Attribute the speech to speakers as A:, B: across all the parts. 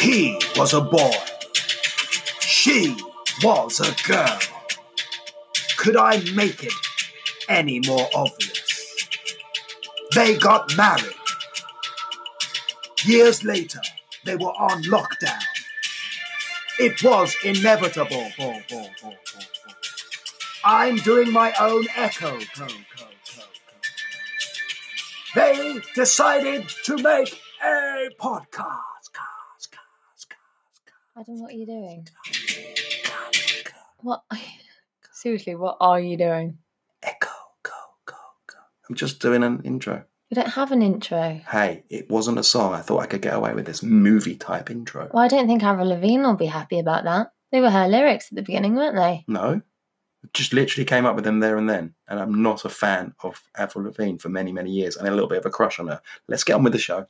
A: He was a boy. She was a girl. Could I make it any more obvious? They got married. Years later, they were on lockdown. It was inevitable. Bo- bo- bo- bo- bo. I'm doing my own echo. Co- co- co- co- co. They decided to make a podcast. Cast, cast, cast,
B: I don't know what you're doing.
A: cast, cast.
B: What? Seriously, what are you doing?
A: Echo, go, go, go. I'm just doing an intro.
B: We don't have an intro.
A: Hey, it wasn't a song. I thought I could get away with this movie type intro.
B: Well, I don't think Avril Lavigne will be happy about that. They were her lyrics at the beginning, weren't they?
A: No. Just literally came up with them there and then. And I'm not a fan of Avril Lavigne for many, many years and a little bit of a crush on her. Let's get on with the show.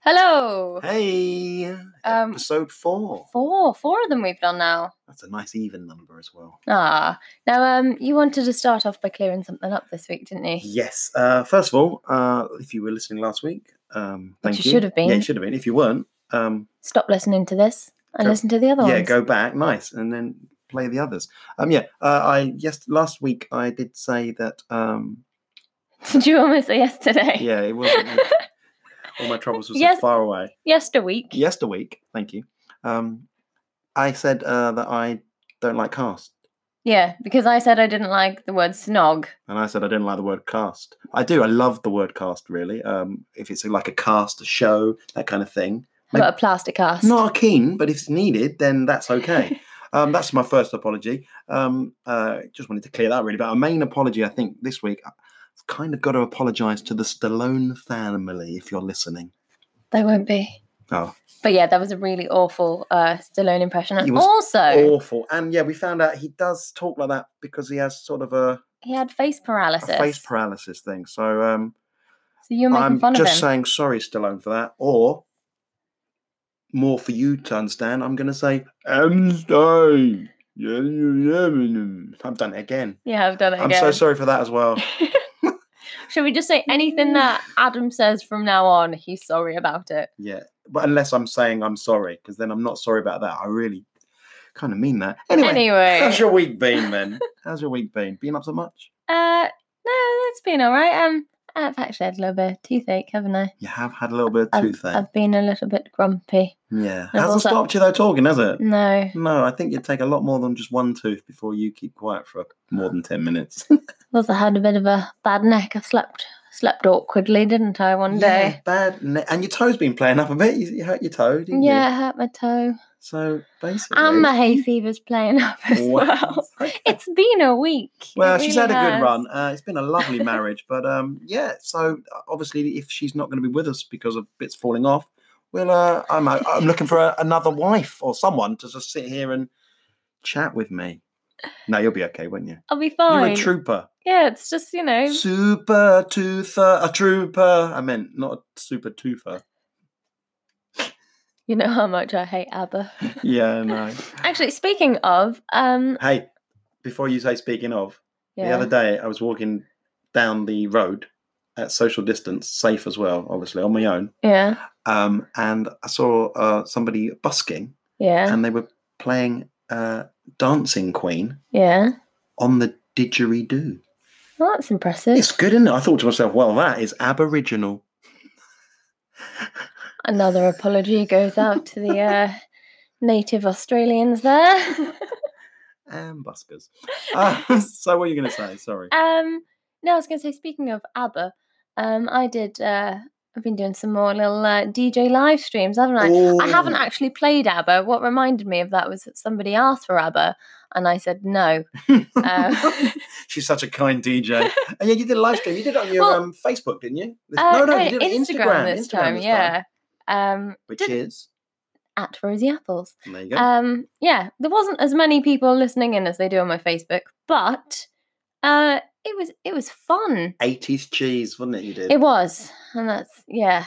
B: Hello.
A: Hey.
B: Um,
A: episode four.
B: Four, four of them we've done now.
A: That's a nice even number as well.
B: Ah, now um, you wanted to start off by clearing something up this week, didn't you?
A: Yes. Uh, first of all, uh, if you were listening last week, um,
B: Which
A: thank
B: you should have
A: Yeah,
B: been.
A: you should have been. If you weren't, um,
B: Stop listening to this and
A: Go-
B: listen to the other
A: yeah,
B: ones.
A: go back, nice, and then play the others. Um, yeah. Uh, I yes, last week I did say that. Um,
B: Did you almost say yesterday?
A: yeah, it wasn't. all my troubles were so
B: Yes.
A: far away.
B: Yesterweek.
A: Yester week, thank you. Um, I said uh, that I don't like cast,
B: Yeah, because I said I didn't like the word snog.
A: and I said I don't like the word cast. I do. I love the word cast. Really, um, if it's like a cast, a show, that kind of thing.
B: How about a plastic cast?
A: Not keen, but if it's needed, then that's okay. um, that's my first apology. Um, uh, just wanted to clear that really. But our main apology, I think, this week, I've kind of got to apologise to the Stallone family if you're listening.
B: There won't be.
A: Oh.
B: But yeah, that was a really awful uh, Stallone impression.
A: He
B: And
A: was
B: also,
A: Awful. And yeah, we found out he does talk like that because he has sort of a,
B: he had face
A: a
B: paralysis.
A: face paralysis thing. So um,
B: so you're making
A: I'm
B: fun of him.
A: just saying sorry, Stallone, for that. Or more for you to understand, I'm going to say, I'm sorry. Yeah, yeah, yeah. I've done it again.
B: yeah, I've done it
A: I'm
B: again.
A: so sorry for that as well.
B: Should we just say anything that Adam says from now on? He's sorry about it.
A: Yeah. But unless I'm saying I'm sorry, because then I'm not sorry about that. I really kind of mean that. Anyway,
B: Anyway,
A: how's your week been then? how's your week been? Been up so much?
B: uh, no, that's been all right. Um, I've actually had a little bit of toothache, haven't I?
A: You have had a little bit of
B: I've-
A: toothache.
B: I've been a little bit grumpy.
A: yeah.
B: I've
A: Hasn't
B: also-
A: stopped you though talking, has it?
B: No,
A: No, I think you'd take a lot more than just one tooth before you keep quiet for more than 10 minutes.
B: I've also had a bit of a bad neck. I slept slept awkwardly, didn't I? One
A: Yeah,
B: day.
A: bad. Ne- and your toe's been playing up a bit. You, you hurt your toe, didn't you?
B: Yeah, it hurt my toe.
A: So basically.
B: And my Um, hay fever's playing up as well. It's been a week. It
A: Well, she's had
B: really
A: a good
B: has.
A: run. Uh, it's been a lovely marriage, but um, yeah. So uh, obviously, if she's not going to be with us because of bits falling off, well, uh, I'm out- I'm looking for a, another wife or someone to just sit here and chat with me. No, you'll be okay, won't you?
B: I'll be
A: You're
B: fine.
A: a trooper,
B: yeah, it's just you know.
A: super toother, a trooper. I meant not a super toother.
B: You know how much I hate ABBA.
A: Yeah, no.
B: Actually, speaking of, um,
A: Hey, before you say, speaking of,
B: yeah,
A: The other day, I was walking down the road at social distance, safe as well, obviously, on my own.
B: yeah,
A: Um, and I saw uh, somebody busking
B: yeah,
A: and they were playing uh, Dancing Queen
B: yeah.
A: on the didgeridoo.
B: Well, that's impressive.
A: It's good, isn't it? I thought to myself, well, that is Aboriginal.
B: Another apology goes out to the uh, native Australians there.
A: And buskers. Uh, so, what are you going to say? Sorry.
B: um, no, I was going to say, speaking of ABBA, um, I did. Uh, I've been doing some more little uh, DJ live streams, haven't I? I haven't
A: Ooh.
B: actually played ABBA. What reminded me of that was that somebody asked for ABBA, and I said no. Um,
A: She's such a kind DJ. And yeah, you did a live stream. You did it on your
B: Well,
A: um, Facebook, didn't you? This-
B: Uh,
A: no, no, you
B: no,
A: did it on
B: Instagram, this time. yeah. Um,
A: Which
B: did-
A: is.
B: at Rosie Apples.
A: There you go.
B: Um, yeah, there wasn't as many people listening in as they do on my Facebook, but uh, it was it was fun.
A: 80s cheese, wasn't it? You did.
B: It was, and that's yeah,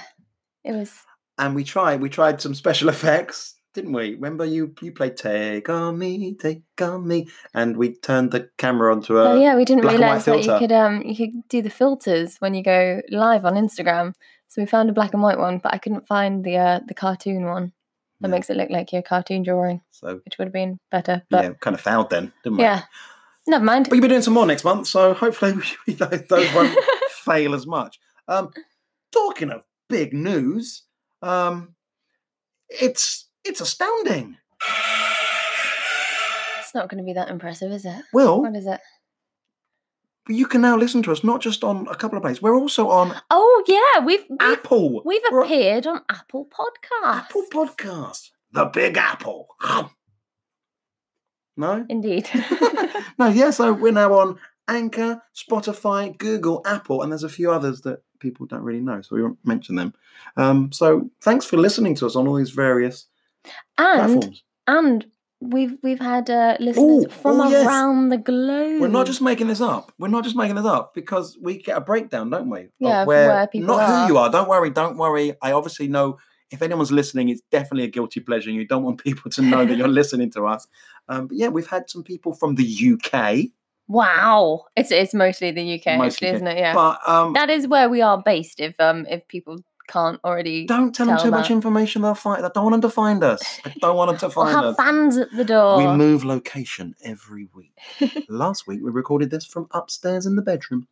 B: it was.
A: and we tried. We tried some special effects. didn't we? Remember you you played "Take on Me, Take on Me," and we turned the camera onto a
B: oh yeah, we didn't
A: black and white
B: realize that you
A: filter.
B: could um you could do the filters when you go live on Instagram. So we found a black and white one, but I couldn't find the uh, the cartoon one that
A: Yeah.
B: makes it look like your cartoon drawing,
A: So
B: which would have been better. But
A: yeah, kind of fouled then, didn't
B: yeah,
A: we?
B: never mind.
A: But you'll be doing some more next month, so hopefully we- those those won't fail as much. Um, talking of big news, um, it's it's astounding.
B: it's not going to be that impressive, is it?
A: Will
B: What is it?
A: you can now listen to us not just on a couple of places. We're also on
B: Oh yeah, we've we've,
A: Apple.
B: we've
A: We're on
B: appeared on Apple Podcasts.
A: Apple Podcast. The Big Apple. no.
B: Indeed.
A: no, yeah, so we're now on Anchor, Spotify, Google, Apple, and there's a few others that people don't really know, so we won't mention them. Um, so thanks for listening to us on all these various
B: and
A: platforms.
B: and we've we've had uh, listeners
A: Ooh,
B: from
A: oh, yes.
B: around the globe.
A: We're not just making this up. We're not just making this up because we get a breakdown, don't we? of
B: Yeah, of where people
A: not
B: are.
A: who you are. Don't worry, don't worry. I obviously know if anyone's listening, it's definitely a guilty pleasure, and you don't want people to know that you're listening to us. Um, but yeah, we've had some people from the UK,
B: wow. It's it's mostly the UK actually,
A: Mostly UK.
B: isn't it? Yeah.
A: but um,
B: that is where we are based. If um if people can't already,
A: Don't tell, them
B: tell
A: too much
B: that.
A: information. They'll find. I don't want them to find us. I don't want them to
B: we'll
A: find
B: have
A: us.
B: fans at the door.
A: We move location every week. Last week we recorded this from upstairs in the bedroom.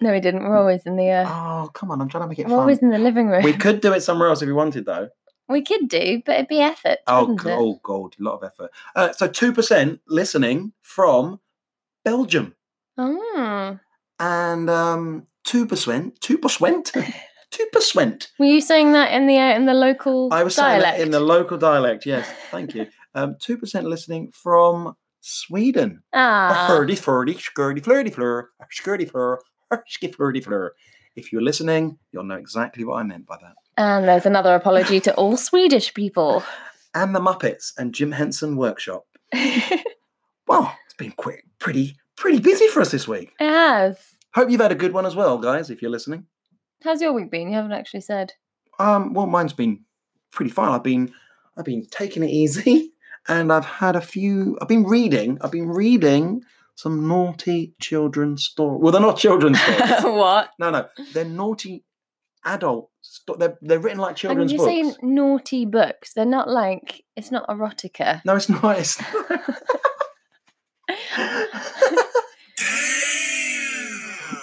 B: no, we didn't. We're always in the uh,
A: Oh come on! I'm trying to make it
B: we're
A: fun.
B: always in the living room.
A: We
B: We,
A: could do it somewhere else if we wanted, though.
B: could do, but it'd be effort.
A: Oh,
B: wouldn't
A: g-
B: it?
A: oh, gold, a lot of effort. Uh, so two percent listening from Belgium
B: Oh.
A: and um two percent, two percent, two percent.
B: Were you saying that in the uh, in the local
A: I was saying
B: dialect?
A: that in the local dialect. Yes, thank you. Um, Two percent listening from Sweden.
B: ah.
A: Hurdy flirty, skirty flirty flur, skirty flur, skirty flirty flur. If you're listening, you'll know exactly what I meant by that.
B: And there's another apology to all Swedish people.
A: And the Muppets and Jim Henson Workshop.
B: yes.
A: Well, it's been quick, pretty, pretty busy for us this week. Hope you've had a good one as well, guys. If you're listening,
B: How's your week been? You haven't actually said.
A: um, well, mine's been pretty fine. I've been, I've been taking it easy, and I've had a few. I've been reading. I've been reading some naughty children's stories. Well, they're not children's stories.
B: what?
A: No, no, they're naughty adult. Sto- they're they're written like
B: And did
A: children's
B: you
A: books.
B: say naughty books? They're not like it's not erotica.
A: No, it's not. It's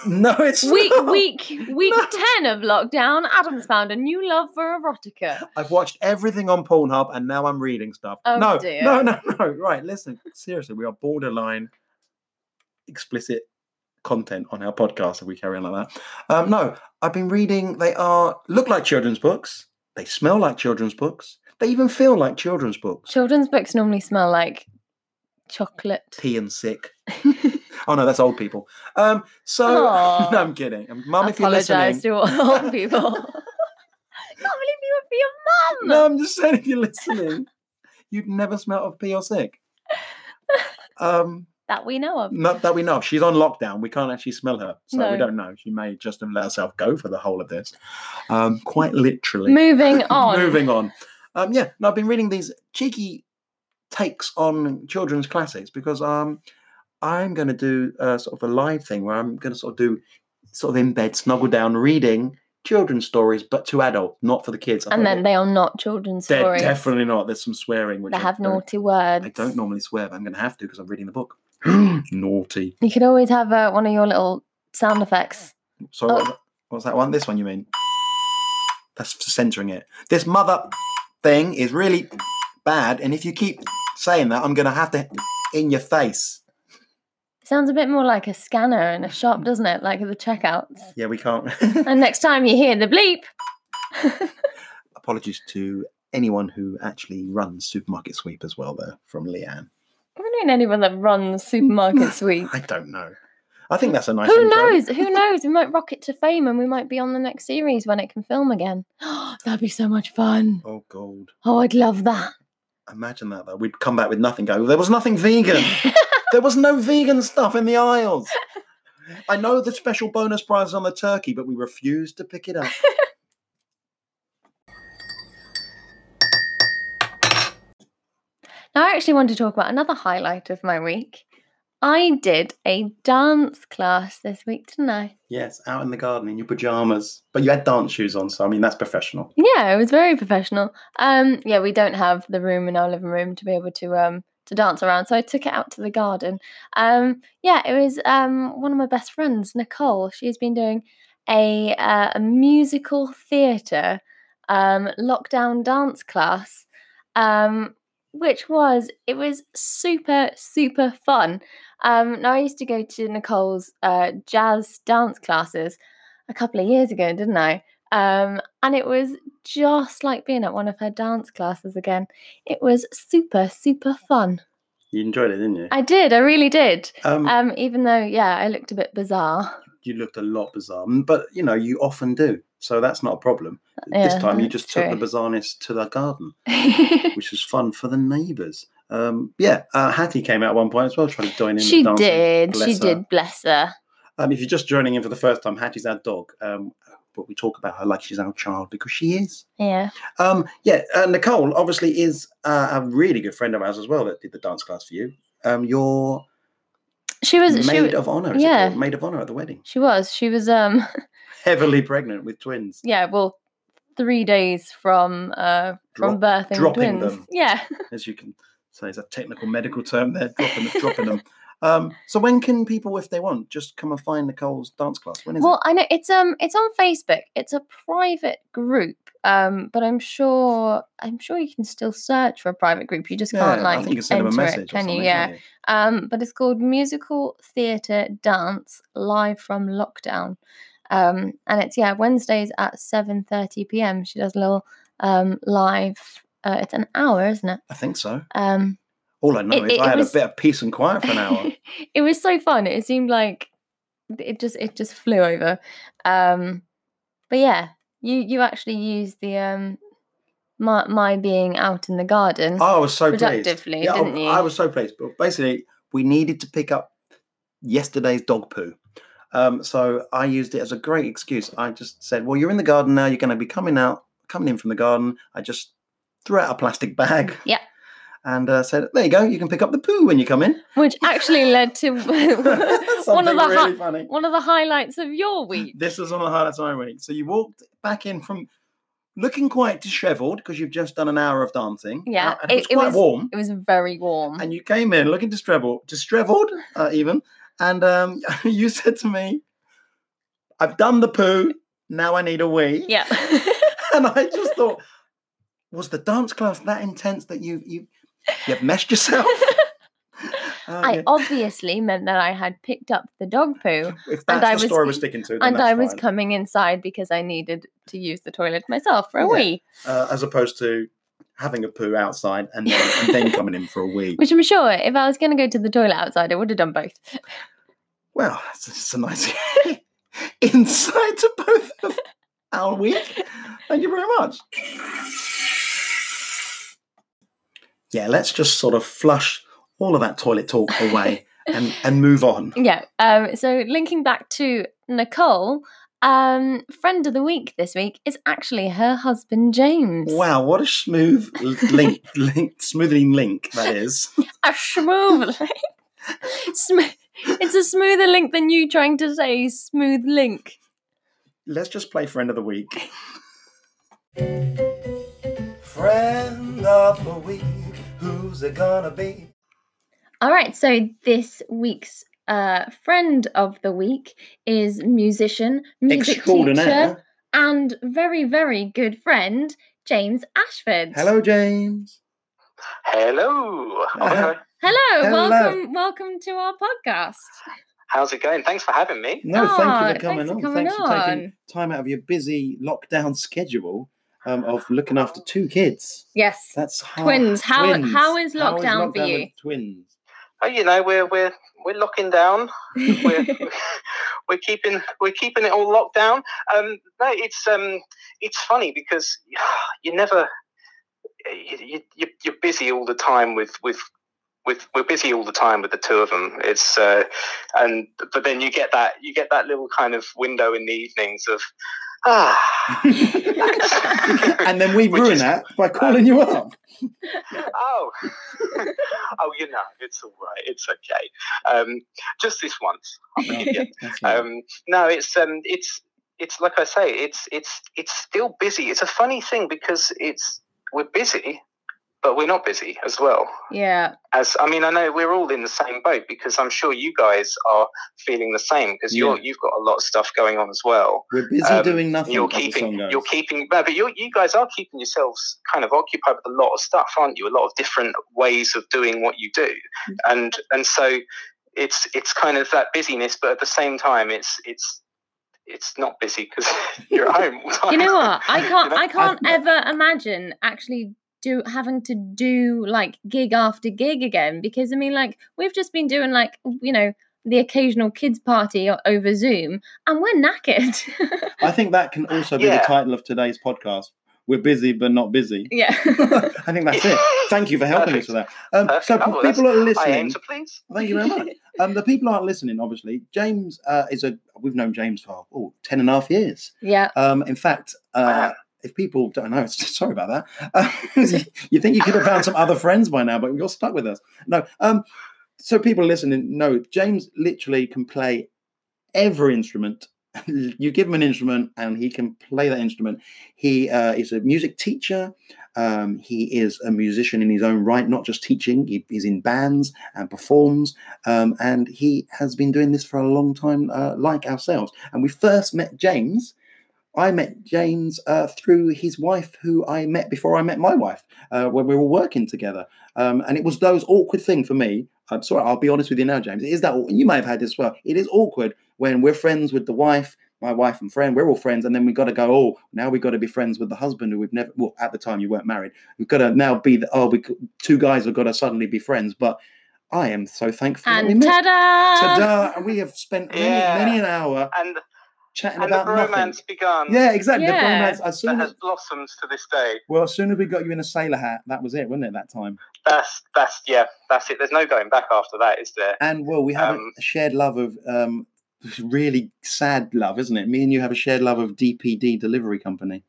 A: no, it's
B: Week
A: not.
B: week week
A: No.
B: ten of lockdown, Adam's found a new love for erotica.
A: I've watched everything on Pornhub, and now I'm reading stuff.
B: Oh,
A: no,
B: dear.
A: no, no, no. Right, listen. Seriously, we are borderline explicit content on our podcast if we carry on like that. Um, no, I've been reading. They are look like children's books. They smell like children's books. They even feel like children's books.
B: Children's books normally smell like chocolate.
A: tea and sick. oh no, that's old people. Um, so
B: Aw.
A: no, I'm kidding. Um, Mum, if you're
B: Apologise
A: listening,
B: to all old people. Can't believe you would be a mum.
A: no, I'm just saying if you're listening, you've never smelt of pee or sick. Um,
B: That we know of.
A: not that we know. of. She's on lockdown. We can't actually smell her, so
B: No.
A: we don't know. She may just have let herself go for the whole of this. Um, quite literally.
B: Moving on.
A: Moving on. Um, yeah, no, I've been reading these cheeky takes on children's classics because um, I'm going to do uh, sort of a live thing where I'm going to sort of do sort of in bed, snuggle down, reading children's stories, but to adult, not for the kids. I
B: And
A: thought
B: then they are not children's
A: they're
B: stories.
A: definitely not. There's some swearing. Which
B: They
A: I
B: have
A: don't-
B: naughty words.
A: I don't normally swear, but I'm going to have to because I'm reading the book. Naughty.
B: You could always have uh, one of your little sound effects.
A: So
B: Oh.
A: what was that- what was that one? This one you mean? That's for censoring it. This mother thing is really bad, and if you keep saying that, I'm gonna have to in your face.
B: sounds a bit more like a scanner in a shop, doesn't it? Like at the checkouts.
A: Mm. Yeah, we can't.
B: And next time you hear the bleep,
A: Apologies to anyone who actually runs supermarket sweep as well, there from Leanne.
B: I don't know anyone that runs supermarket sweep.
A: I don't know. I think that's a nice.
B: Who
A: intro.
B: knows? Who knows? We might rocket to fame and we might be on the next series when it can film again. That'd be so much fun.
A: Oh gold!
B: Oh, I'd love that.
A: Imagine that though. We'd come back with nothing. Go. There was nothing vegan. There was no vegan stuff in the aisles. I know the special bonus prize is on the turkey, but we refused to pick it up.
B: Now, I actually want to talk about another highlight of my week. I did a dance class this week, didn't I?
A: Yes, out in the garden in your pajamas, but you had dance shoes on, so I mean that's professional.
B: Yeah, it was very professional. Um, yeah, we don't have the room in our living room to be able to um to dance around, so I took it out to the garden. Um, yeah, it was um one of my best friends, Nicole. She's been doing a uh, a musical theatre um lockdown dance class. Um, which was it was super super fun. Um, now I used to go to Nicole's uh, jazz dance classes a couple of years ago, didn't I? Um, and it was just like being at one of her dance classes again. It was super super fun.
A: You enjoyed it, didn't you?
B: I did, I really did.
A: Um,
B: Um, even though yeah, I looked a bit bizarre.
A: you looked a lot bizarre, Mm, but you know you often do, so that's not a problem. this
B: Yeah,
A: time you
B: that's
A: just took the bizarreness to the garden,
B: true.
A: which was fun for the neighbours. Um, yeah, uh, Hattie came out at one point as well, trying to join in. with
B: she
A: dancing.
B: did. she
A: Bless her.
B: did. Bless her.
A: Um, if you're just joining in for the first time, Hattie's our dog, um, but we talk about her like she's our child because she is.
B: Yeah.
A: Um, yeah, uh, Nicole obviously is uh, a really good friend of ours as well that did the dance class for you. Um, your
B: She was. she,
A: maid
B: wa-
A: of honour, is it
B: yeah.
A: called? maid of honour at the wedding,
B: she was. She was. Um.
A: heavily pregnant with twins.
B: yeah, well, three days from uh from birthing
A: dropping
B: twins.
A: them.
B: Yeah,
A: as you can say, is a technical medical term there, dropping, dropping them. Um, so when can people, if they want, just come and find Nicole's dance class? When is
B: well, I know it's um it's on Facebook. It's a private group, um, but I'm sure I'm sure you can still search for a private group. You just
A: it?
B: can't like
A: I think you send
B: enter
A: them a message.
B: it,
A: or
B: can you?
A: something,
B: Yeah.
A: can't
B: Um, but it's called Musical Theatre Dance Live from Lockdown. Um, and it's yeah Wednesdays at seven thirty p.m. She does a little um live. Uh, it's an hour, isn't it?
A: I think so.
B: Um,
A: All I know
B: It-
A: is
B: it-
A: I
B: it
A: had
B: was-
A: a bit of peace and quiet for an hour.
B: it was so fun. It seemed like it just it just flew over. Um but yeah, you you actually used the um my my being out in the garden.
A: Oh, I was so pleased.
B: Productively,
A: I-
B: didn't
A: I
B: you?
A: was so pleased. But basically, we needed to pick up yesterday's dog poo. Um, so I used it as a great excuse. I just said, "Well, you're in the garden now. You're going to be coming out, coming in from the garden." I just threw out a plastic bag.
B: Yeah.
A: And uh, said, "There you go. You can pick up the poo when you come in."
B: Which actually led to one
A: Something
B: of the hi-
A: really funny.
B: one of the highlights of your week.
A: This is on the highlights of my week. So you walked back in from looking quite dishevelled because you've just done an hour of dancing.
B: Yeah,
A: Uh, and it,
B: it-
A: was
B: it
A: quite
B: was-
A: warm.
B: It was very warm.
A: and you came in looking distrebled, distrebled uh, even, and um, you said to me, "I've done the poo. Now I need a wee."
B: yeah.
A: And I just thought, was the dance class that intense that you you you've meshed yourself? Uh,
B: I
A: yeah.
B: obviously meant that I had picked up the dog poo
A: if that's
B: and
A: the
B: I was-
A: story we're sticking to, then
B: and
A: that's
B: I was
A: fine.
B: coming inside because I needed to use the toilet myself for a
A: Yeah.
B: wee.
A: uh, as opposed to having a poo outside and then, and then coming in for a wee.
B: Which I'm sure if I was going to go to the toilet outside, I would have done both.
A: Well, it's just a nice insight to both of our week. Thank you very much. Yeah, let's just sort of flush all of that toilet talk away and, and move on.
B: Yeah. Um, so linking back to Nicole, um, friend of the week this week is actually her husband James.
A: Wow, what a smooth l- link, link, smoothing link that is.
B: A smooth link. Sm- it's a smoother link than you trying to say smooth link.
A: Let's just play friend of the week.
C: Friend of the week, who's it gonna be?
B: All right. So this week's uh, friend of the week is musician, music teacher,
A: Extraordinaire.
B: and very, very good friend James Ashford.
A: Hello, James.
D: Hello. Oh my
A: Uh,
D: God.
B: Hello,
A: Hello.
B: welcome, welcome to our podcast.
D: How's it going? Thanks for having me.
A: No, thank you
B: Oh,
A: for coming
B: thanks for
A: on.
B: coming
A: thanks for taking
B: on.
A: time out of your busy lockdown schedule um, of looking after two kids.
B: Yes,
A: That's hard.
B: Twins. How- how is lockdown for
A: lockdown
B: you?
A: with twins.
D: Oh, you know, we're we're we're locking down. We're we're keeping we're keeping it all locked down. Um, no, it's um, it's funny because you never you, you you- you're busy all the time with with. With, we're busy all the time with the two of them. It's uh, and but then you get that you get that little kind of window in the evenings of Ah.
A: and then we
D: Which
A: ruin
D: is-
A: that by calling you up.
D: oh, oh, you know, it's all right. It's okay. Um, just this once.
A: That's all.
D: Um, no, it's um, it's it's like I say, it's it's it's still busy. It's a funny thing because it's we're busy, but we're not busy as well.
B: Yeah.
D: As I mean, I know we're all in the same boat because I'm sure you guys are feeling the same because you're you've got a lot of stuff going on as well.
A: We're busy
D: um,
A: doing nothing.
D: You're
A: as the song
D: keeping,
A: goes.
D: you're keeping, no, but you're, you guys are keeping yourselves kind of occupied with a lot of stuff, aren't you? A lot of different ways of doing what you do, and and so it's it's kind of that busyness, but at the same time, it's it's it's not busy because you're at home. All the time.
B: You know what? I can't.
D: You know?
B: I can't
A: I've-
B: ever imagine actually do having to do like gig after gig again because I mean, like we've just been doing like you know the occasional kids party o- over Zoom, and we're knackered.
A: I think that can also be
D: Yeah.
A: the title of today's podcast. We're busy but not busy.
B: yeah.
A: I think that's it. Thank you for helping us with that. Um, so
D: Perfect. Oh, well, that's-
A: people are
D: I aim
A: listening.
D: to please.
A: Thank you very much. Um, the people aren't listening, obviously. James uh, is a we've known James for oh, 10 and a half years.
B: yeah.
A: Um, in fact, uh,
D: Wow.
A: if people don't know, sorry about that. Uh, you think you could have found some other friends by now, but you're stuck with us. No. Um, so people listening know James literally can play every instrument. you give him an instrument, and he can play that instrument. He uh, is a music teacher. Um, he is a musician in his own right, not just teaching. He, he's in bands and performs, um, and he has been doing this for a long time, uh, like ourselves. And we first met James I met James uh, through his wife, who I met before I met my wife, uh, when we were working together. Um, and it was those awkward thing for me. I'm sorry, I'll be honest with you now, James. It is that aw- you may have had this as well. It is awkward when we're friends with the wife, my wife and friend. We're all friends, and then we got to go. Oh, now we got to be friends with the husband who we've never. Well, at the time you weren't married. We've got to now be the. Oh, we c- two guys have got to suddenly be friends. But I am so thankful that we
B: And
A: met.
B: ta-da!
A: Ta-da! And we have spent many,
D: Yeah.
A: many an hour
D: And
A: chatting
D: and the
A: about
D: romance
A: nothing.
D: begun.
A: Yeah, exactly. The
B: Yeah.
A: bromance. As
D: That
A: soon
D: has
A: as,
D: blossomed to this day.
A: well, as soon as we got you in a sailor hat, that was it, wasn't it? That time.
D: That's that's yeah. That's it. There's no going back after that, is there?
A: And well, we have
D: Um,
A: a shared love of um, really sad love, isn't it? Me and you have a shared love of DPD Delivery Company.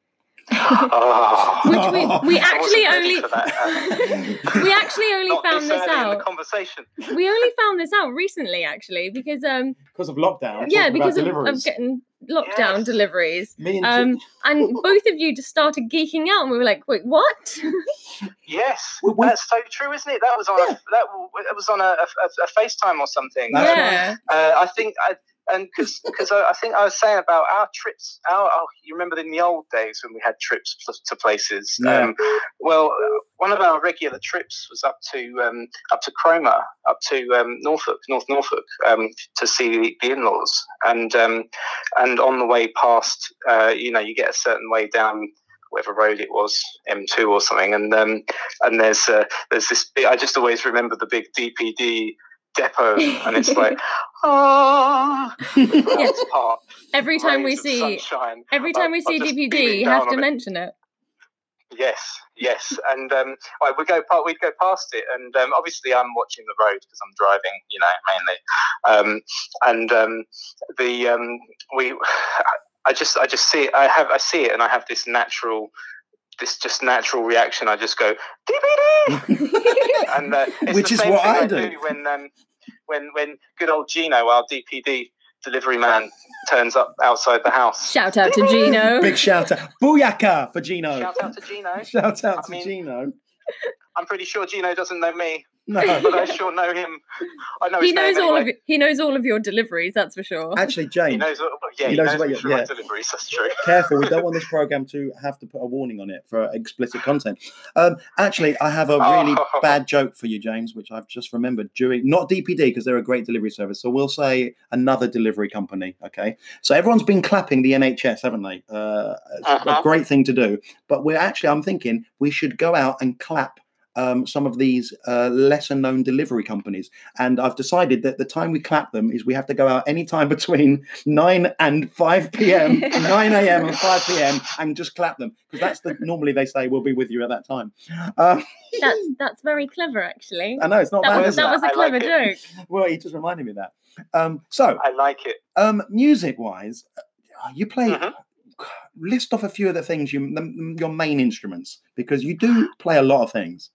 D: Oh.
B: Which we, we
D: I wasn't
B: actually
D: ready
B: only
D: for that. um,
B: we actually only
D: Not
B: found this
D: early in the
B: out.
D: conversation.
B: We only found this out recently, actually, because um
A: Because of lockdown.
B: yeah,
A: talking about
B: because of, of
A: deliveries.
B: getting lockdown
D: Yes.
B: deliveries.
A: Me and
B: Um, and both of you just started geeking out, and we were like, "Wait, what?"
D: Yes,
A: We- we-
D: that's so true, isn't it? That was on
A: Yeah.
D: a, that, w- that was on a, a, a FaceTime or something.
A: That's right.
B: yeah,
D: Uh, I think I and because I, I think I was saying about our trips. Our, oh, you remember in the old days when we had trips pl- to places.
A: Yeah.
D: Um, well, uh, one of our regular trips was up to um, up to Cromer, up to um, Norfolk, North Norfolk, um, to see the, the in-laws, and um, and on the way past, uh, you know, you get a certain way down. Whatever road it was, M2 or something, and um, and there's uh, there's this. big- I just always remember the big DPD depot, and it's like ah,
B: Yeah.
D: that's part.
B: every time we
D: Rays of
B: see,
D: sunshine.
B: every
D: I'll-
B: time we
D: I'll
B: see
D: just
B: DPD,
D: beaming
B: you have
D: down
B: to
D: on it.
B: mention it.
D: Yes, yes, and um, I would go part. We'd go past it, and um, obviously I'm watching the road because I'm driving, you know, mainly. Um, and um, the um, we, I just, I just see it. I have, I see it, and I have this natural, this just natural reaction. I just go DPD, and uh, it's
A: Which
D: the
A: is
D: same
A: what
D: thing
A: I
D: I
A: do.
D: do, when um, when when good old Gino, our DPD delivery man, turns up outside the house.
B: Shout out to Gino.
A: Big shout out. Booyaka for Gino.
D: Shout out to Gino.
A: Shout out
D: I
A: to
D: mean-
A: Gino.
D: I'm pretty sure Gino doesn't know me.
A: No.
D: but I sure know him. I know
B: he
D: his
B: knows
D: name
B: all
D: anyway.
B: of y- he knows all of your deliveries. That's for sure.
A: Actually,
D: He
A: James,
D: knows, all- yeah,
A: He
D: he,
A: knows
D: knows,
A: about you,
D: which are
A: yeah.
D: my deliveries. That's true.
A: careful. We don't want this program to have to put a warning on it for explicit content. Um, actually, I have a really
D: Oh.
A: bad joke for you, James, which I've just remembered during not DPD because they're a great delivery service. So we'll say another delivery company. Okay. So everyone's been clapping the NHS, haven't they? Uh, it's
D: Uh-huh.
A: A great thing to do. But we're actually, I'm thinking we should go out and clap. Um, some of these uh, lesser known delivery companies. And I've decided that the time we clap them is we have to go out any time between 9 and 5 p.m., 9 a.m. and 5 p.m., and just clap them because that's the normally they say we'll be with you at that time. Uh,
B: That's that's very clever, actually.
A: I know it's not
B: That
A: bad.
B: was
A: Is
B: that
D: that?
B: was a
D: I like
B: clever
D: it.
B: joke.
A: it? Well, he just reminded me of that. Um, so,
D: I like it.
A: um, music wise, you play.
D: Mhm.
A: list off a few of the things you the, your main instruments because you do play a lot of things.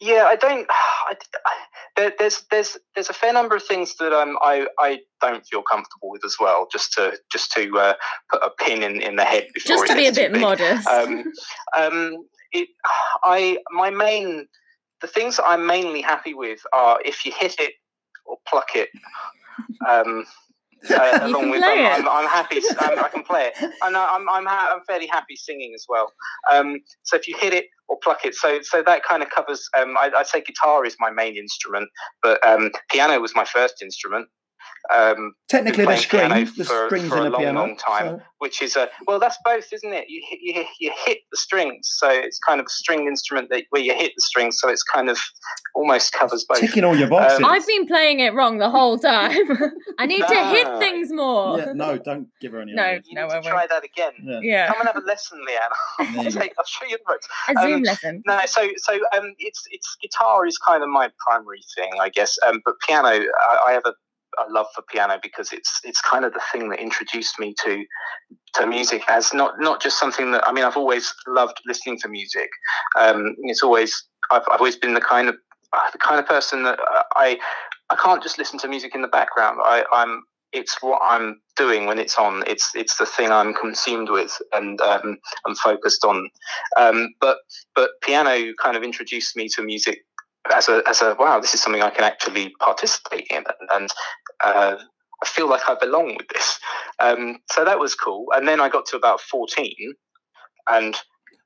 D: Yeah, I don't. I, I- there, there's there's there's a fair number of things that um, I I don't feel comfortable with as well. Just to just to uh, put a pin in, in the head before
E: Just
D: it
E: to be a
D: gets too
E: bit
D: big.
E: modest.
D: Um, um, it, I my main the things that I'm mainly happy with are if you hit it or pluck it. Um, uh,
E: You
D: along
E: can
D: with
E: play
D: I'm,
E: it.
D: I'm, I'm happy. I'm, I can play it, and I- I'm I'm, ha- I'm fairly happy singing as well. Um, so if you hit it or pluck it, so so that kind of covers. Um, I, I'd say guitar is my main instrument, but um, piano was my first instrument. Um,
A: Technically, they're
D: Been playing piano
A: strings. The
D: for-
A: strings
D: for
A: in
D: a
A: a
D: long,
A: piano.
D: long time.
A: so-
D: which is a well that's both isn't it you, hit- you hit- you hit the strings so it's kind of a stringed instrument that where you hit the strings so it's kind of almost covers both
A: ticking all your boxes.
E: I've been playing it wrong the whole time. I need to hit
D: Ah.
E: things more.
A: yeah, no, don't give her any.
E: No.
A: ideas.
D: you
E: No,
D: need
E: I won't.
D: to try that again
A: Yeah.
E: Yeah.
D: come and have a lesson leanne
A: There
D: i'll
A: you go.
D: take- I'll show you the ropes
E: A Zoom
D: Um,
E: lesson.
D: no so so um it's it's guitar is kind of my primary thing i guess um but piano i, I have a a love for piano because it's it's kind of the thing that introduced me to to music as not not just something that I mean I've always loved listening to music. Um, it's always I've, I've always been the kind of uh, the kind of person that uh, I I can't just listen to music in the background. I, I'm it's what I'm doing when it's on. It's it's the thing I'm consumed with and um, I'm focused on. Um, but but piano kind of introduced me to music as a as a wow this is something I can actually participate in and, and uh, I feel like I belong with this. Um, so that was cool. And then I got to about 14 and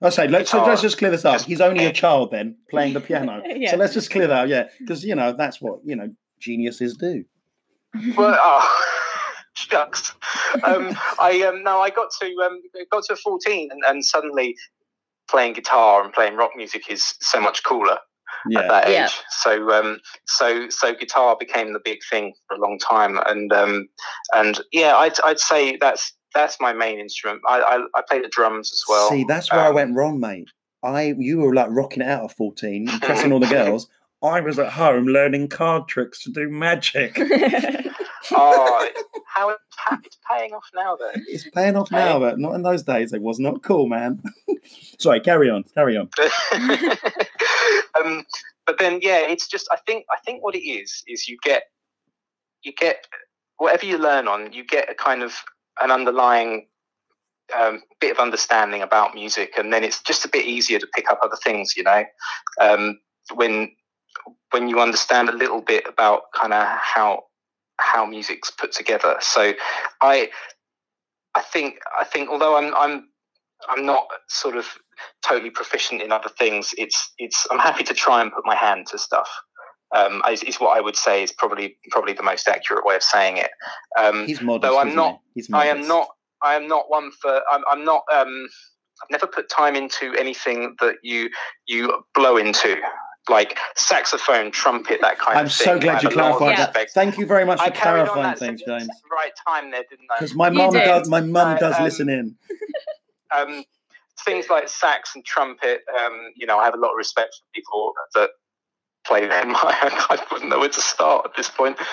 A: I say, let's
D: Guitar.
A: let's just clear this up.
D: Just-
A: He's only a child then, playing the piano.
E: Yeah.
A: So let's just clear that up, yeah, because you know that's what you know geniuses do.
D: well, oh, shucks. Um, I um, no, I got to um, got to 14 and, and suddenly playing guitar and playing rock music is so much cooler at
A: Yeah,
D: that
E: Yeah.
D: age. So um, so so guitar became the big thing for a long time, and um, and yeah, I'd, I'd say that's that's my main instrument. I, I, I play the drums as well.
A: see, that's where I
D: um,
A: went wrong, mate. I you were like rocking it out at fourteen, impressing all the girls. I was at home learning card tricks to do magic.
D: oh, how it- how it's paying off now though.
A: It's paying off now, but not in those days. It was not cool, man. Sorry, carry on, carry on.
D: um, but then yeah it's just i think i think what it is is you get you get whatever you learn on you get a kind of an underlying um, bit of understanding about music and then it's just a bit easier to pick up other things you know um, when when you understand a little bit about kind of how how music's put together so i i think i think although i'm i'm i'm not sort of totally proficient in other things. It's it's I'm happy to try and put my hand to stuff. Um, is, is what I would say is probably probably the most accurate way of saying it. Um,
A: He's modest.
D: Though I'm
A: isn't
D: not-
A: he? He's
D: I am
A: modest.
D: not I am not one for I'm, I'm not um, I've never put time into anything that you you blow into like saxophone, trumpet, that kind
A: I'm
D: of thing.
A: so glad you
D: I have a lot of
A: clarified
E: Yeah.
A: that.
D: respect.
A: Thank you very much
D: I
A: for
D: carried on
A: clarifying
D: that
A: things,
D: sentence
A: James.
D: at the right time there, didn't I?
A: Because my
E: You
A: mum
E: did.
A: does. My mum
D: I,
A: does
D: um,
A: listen in.
D: um, things like sax and trumpet, um, you know, I have a lot of respect for people that play them. I, wouldn't know where to start at this point. Um,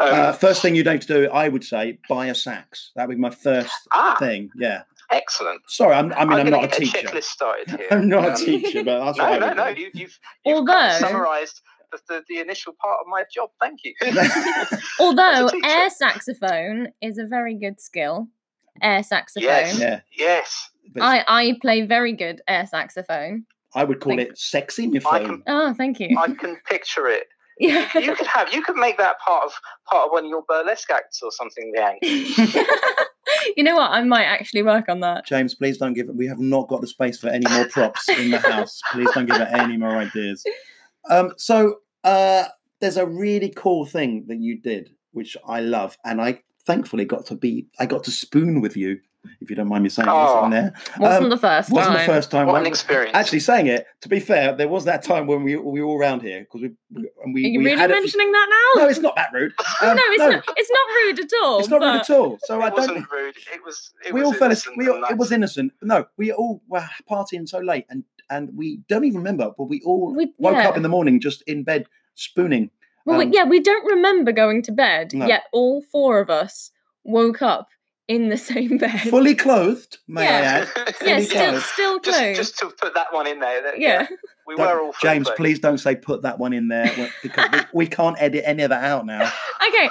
A: uh, first thing you don't do, I would say, buy a sax. That would be my first
D: ah,
A: thing. Yeah.
D: excellent.
A: Sorry, I'm, I mean, I'm, not
D: I'm gonna
A: a
D: get
A: teacher.
D: checklist started here.
A: I'm not a
D: Um,
A: teacher, but that's
D: No,
A: what
D: no,
A: I
D: no.
A: would do.
D: You, you've you've kind
E: Although-
D: of summarised the, the, the initial part of my job. Thank you.
E: Although
D: That's a teacher.
E: air saxophone is a very good skill. Air saxophone.
D: Yes.
A: Yeah,
D: yes,
A: but
E: I, I play very good air saxophone.
A: I would call
E: Thank-
A: it sexy in your
D: I
A: phone.
E: Oh, thank you.
D: I can picture it.
E: Yeah.
D: You could have you could make that part of part of one of your burlesque acts or something, Liang.
E: you know what? I might actually work on that.
A: James, please don't give it. We have not got the space for any more props in the house. Please don't give it any more ideas. Um, so uh, there's a really cool thing that you did, which I love, and I thankfully got to be. I got to spoon with you, if you don't mind me saying this
D: Oh.
A: on there.
E: Wasn't
A: Um,
E: the first
A: Wasn't
E: time.
A: the first time.
D: What an
A: when-
D: experience!
A: Actually, saying it to be fair, there was that time when we we were all round here because we, we and we,
E: Are you
A: we
E: really
A: had it for-
E: mentioning that now?
A: No, it's not that rude. Um,
E: no, it's not. It's not rude at all.
A: It's not rude at all. So I
D: it
A: don't.
D: wasn't rude. It was. It
A: we
D: was
A: all fell asleep.
D: innocent
A: We all,
D: and
A: it was
D: nice.
A: innocent. No, we all were partying so late, and and we don't even remember. But we all
E: We-
A: woke
E: yeah.
A: up in the morning just in bed spooning.
E: Well, we-
A: Um,
E: yeah, we don't remember going to bed,
A: No.
E: yet all four of us woke up in the same bed.
A: Fully clothed, may I
E: Yeah.
A: add.
E: yeah,
A: fully
E: still,
A: clothed.
E: still
D: just,
E: clothed.
D: just to put that one in there. that-
E: yeah.
D: we
A: Don't-
D: were all fully
A: James,
D: clothed.
A: please don't say put that one in there well, because we, we can't edit any of that out now.
E: Okay.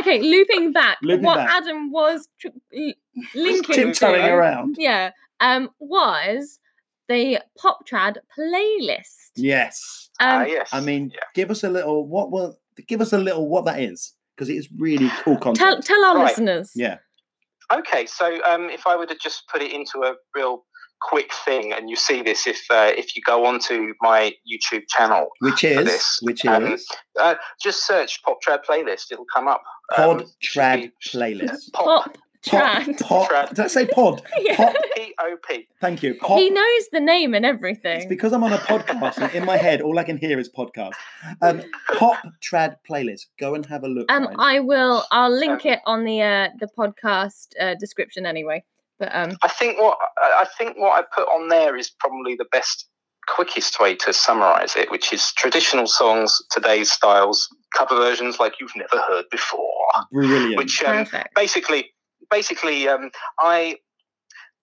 E: Okay. Looping back,
A: Looping
E: what
A: back.
E: Adam was tr- l- linking
A: Tiptoeing
E: to,
A: around.
E: Yeah. Um. Was the pop trad playlist?
A: Yes.
D: Ah,
E: Um,
D: yes.
A: I mean,
D: yeah.
A: give us a little what well give us a little what that is because it is really cool content.
E: tell tell our
D: Right.
E: listeners.
A: yeah.
D: Okay, so um, if I were to just put it into a real quick thing, and you see this if uh, if you go onto my YouTube channel,
A: Which is
D: this,
A: which is
D: um, uh, just search Pop Trad Playlist. It'll come up.
A: pod
D: Um,
A: trad
D: should be-
A: playlist.
D: Pop.
E: Pop trad.
A: Pod, pod,
D: Trad.
A: did I say pod?
E: Yeah.
A: Pop.
D: P O P.
A: Thank you. Pop.
E: He knows the name and everything.
A: It's because I'm on a podcast. and in my head, all I can hear is podcast. Um, pop trad playlist. Go and have a look.
E: Um,
A: Ryan.
E: I will. I'll link
D: Um,
E: it on the uh, the podcast uh, description anyway. But um,
D: I think what I I think what I put on there is probably the best, quickest way to summarize it, which is traditional songs, today's styles, cover versions like you've never heard before.
A: Brilliant.
D: Which um,
E: perfect.
D: basically basically um, I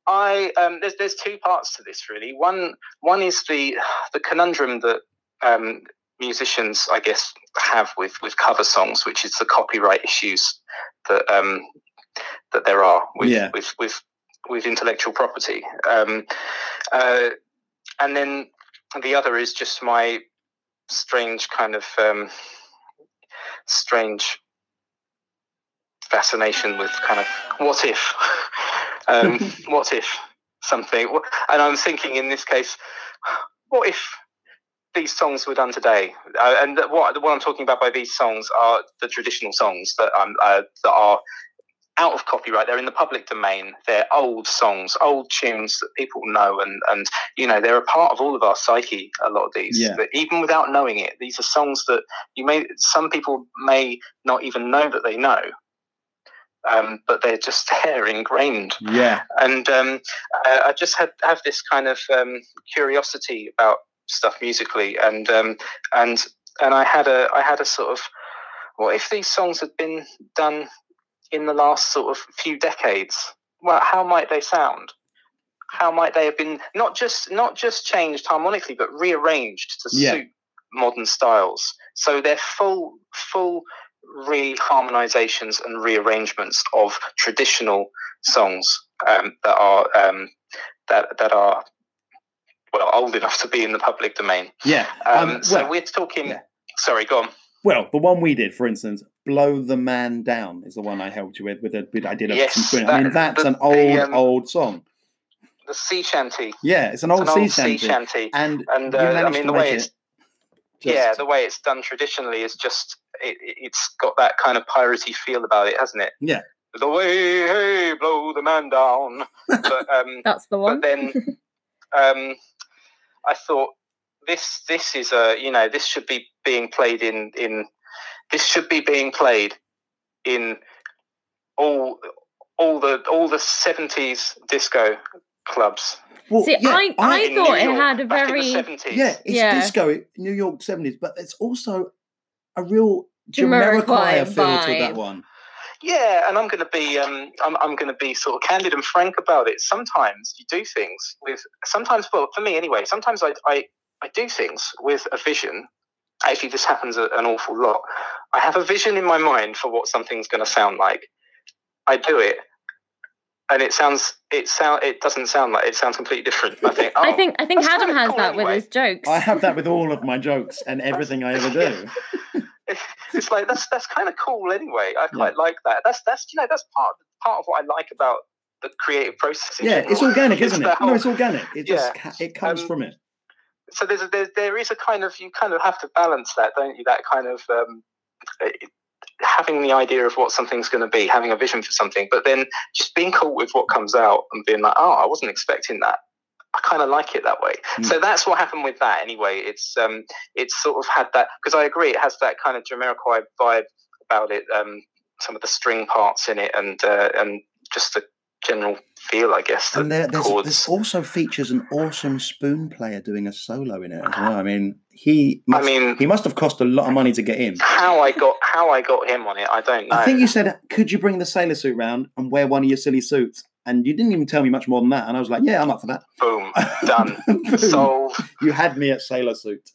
D: I um, there's there's two parts to this really. One one is the the conundrum that um, musicians I guess have with with cover songs, which is the copyright issues that um, that there are with
A: Yeah.
D: with with with intellectual property. Um, uh, and then the other is just my strange kind of um, strange fascination with kind of what if um, what if something wh- and i'm thinking in this case what if these songs were done today uh, and that what, what i'm talking about by these songs are the traditional songs that, um, uh, that are out of copyright they're in the public domain they're old songs old tunes that people know and, and you know they're a part of all of our psyche a lot of these
A: Yeah.
D: That even without knowing it these are songs that you may some people may not even know that they know um, but they're just there ingrained
A: yeah.
D: and um, I, I just had have this kind of um, curiosity about stuff musically, and um, and and I had a I had a sort of what if these songs had been done in the last sort of few decades? Well, how might they sound? How might they have been not just not just changed harmonically, but rearranged to
A: Yeah.
D: suit modern styles? So they're full full reharmonizations and rearrangements of traditional songs um, that are um, that that are well old enough to be in the public domain.
A: Yeah.
D: Um,
A: Um,
D: so
A: well,
D: we're talking.
A: yeah.
D: Sorry, go on.
A: well, the one we did, for instance, "Blow the Man Down" is the one I helped you with. With a bit, I did. A,
D: Yes,
A: some spin. I mean,
D: that-
A: that's
D: the-
A: an
D: the,
A: old,
D: um,
A: old song.
D: The sea shanty.
A: Yeah, it's an
D: It's
A: old,
D: an old
A: sea Oh, shanty. And
D: And
A: you
D: uh, I
A: managed
D: mean,
A: to
D: the way
A: make
D: it's
A: it. just-
D: yeah, the way it's done traditionally is just it, it- it's got that kind of piratey feel about it, hasn't it?
A: Yeah.
D: The way hey, blow the man down, but um,
E: That's the one.
D: But then um, I thought this this is a you know this should be being played in in this should be being played in all all the all the seventies disco clubs.
A: well,
E: See,
A: yeah,
E: I- I
D: in
E: thought
D: New
E: it
D: York
E: had a
D: back in
E: very-
D: the seventies.
A: Yeah, it's
E: Yeah.
A: disco, New York 70s, but it's also a real
E: Jamiroquai
A: Jamiroquai feel to
E: vibe.
A: that one.
D: Yeah, and I'm going to be um, I'm, I'm going to be sort of candid and frank about it. Sometimes you do things with sometimes well for me anyway. Sometimes I I, I do things with a vision. Actually, this happens a- an awful lot. I have a vision in my mind for what something's going to sound like. I do it, and it sounds it sound it doesn't sound like it sounds completely different. I think.
E: I
D: oh,
E: think I think
D: that's
E: Adam
D: kinda
E: has
D: cool
E: that with
D: anyway.
E: his jokes.
A: I have that with all of my jokes and everything I ever do.
D: it's like that's that's kind of cool anyway. I quite like that. That's that's you know that's part part of what I like about the creative process. in
A: Yeah,
D: general.
A: it's organic, isn't
D: the
A: it? No,
D: whole-
A: it's organic. It just
D: Yeah.
A: ca- it comes
D: Um,
A: from it.
D: so there's a, there, there is a kind of you kind of have to balance that, don't you? That kind of um, it- having the idea of what something's going to be, having a vision for something, but then just being cool with what comes out and being like, oh, I wasn't expecting that. I kind of like it that way.
A: Mm.
D: So that's what happened with that. Anyway, it's um, it's sort of had that because I agree it has that kind of Jamiroquai vibe about it. Um, some of the string parts in it and uh, and just the general feel, I guess. The
A: And there, there's,
D: chords.
A: there's also features an awesome spoon player doing a solo in it as well. I mean, he
D: I
A: must,
D: mean,
A: he must have cost a lot of money to get in.
D: how I got how I got him on it, I don't know.
A: I think you said, could you bring the sailor suit round and wear one of your silly suits? And you didn't even tell me much more than that. And I was like, yeah, I'm up for that.
D: Boom, done,
A: Boom.
D: sold,
A: You had me at sailor suit.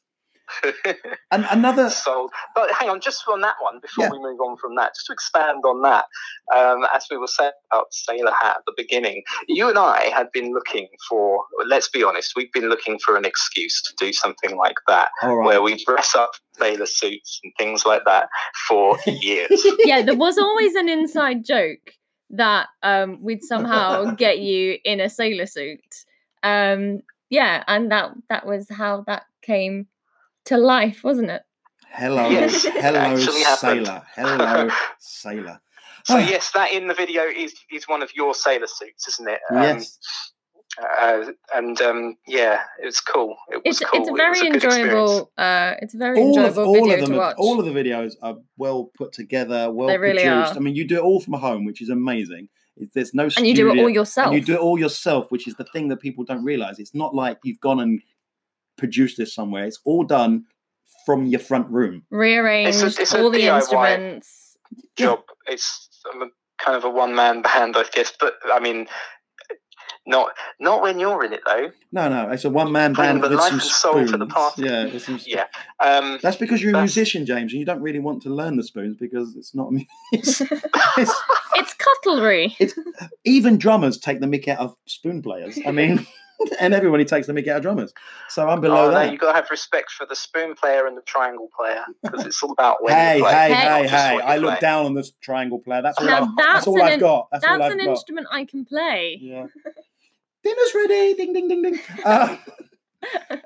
A: And another,
D: sold. But hang on, just on that one before
A: Yeah.
D: we move on from that, just to expand on that, um, as we were saying about Sailor Hat at the beginning, you and I had been looking for. Let's be honest, we've been looking for an excuse to do something like that,
A: all
D: where
A: right.
D: we dress up sailor suits and things like that for years.
E: yeah, there was always an inside joke that um, we'd somehow get you in a sailor suit. Um, yeah, and that that was how that came to life, wasn't it?
A: Hello,
D: Yes, it
A: hello,
D: actually happened.
A: sailor. Hello, sailor.
D: So
A: Ah.
D: yes, that in the video is is one of your sailor suits, isn't it?
A: Yes.
D: Uh, and um, yeah, it was cool. It was
E: It's
D: cool.
E: it's a
D: It
E: very
D: was good experience.
E: enjoyable. Uh, it's a very
A: All of,
E: enjoyable
A: all
E: video
A: of them,
E: to
A: are-
E: watch.
A: all of the videos are well put together, well
E: They really
A: produced.
E: are.
A: I mean, you do it all from home, which is amazing. It- There's no
E: and you do it
A: studio-
E: all yourself.
A: And you do it all yourself, which is the thing that people don't realize. It's not like you've gone and produced this somewhere. It's all done from your front room.
E: Rearrange
D: it's a
E: all the
D: DIY.
E: instruments.
A: Yeah.
D: job. It's I'm a, kind of a one man band, I guess. But I mean, not not when you're in it though.
A: No, no, it's a one man
D: Playing
A: band
D: the
A: with
D: life
A: some
D: and soul
A: spoons.
D: for the party.
A: Yeah, with some sp-
D: Yeah. Um,
A: That's because you're a
D: That's-
A: musician, James, and you don't really want to learn the spoons because it's not. It's, it's,
E: It's cutlery.
A: even drummers take the mick out of spoon players. I mean, and everybody takes the mick out of drummers. So I'm below
D: oh, no,
A: that.
D: you got to have respect for the spoon player and the triangle player because it's all about when
A: Hey,
D: you play.
A: hey,
E: not
A: hey,
D: just
A: hey!
D: what you
A: I look
D: play.
A: down on this triangle player. That's all.
E: Now
A: I've,
E: that's
A: that's all
E: an
A: I've
E: in-
A: got. That's, all
E: That's
A: I've
E: an
A: got.
E: instrument I can play.
A: Yeah. Dinner's ready. Ding, ding, ding, ding. Uh,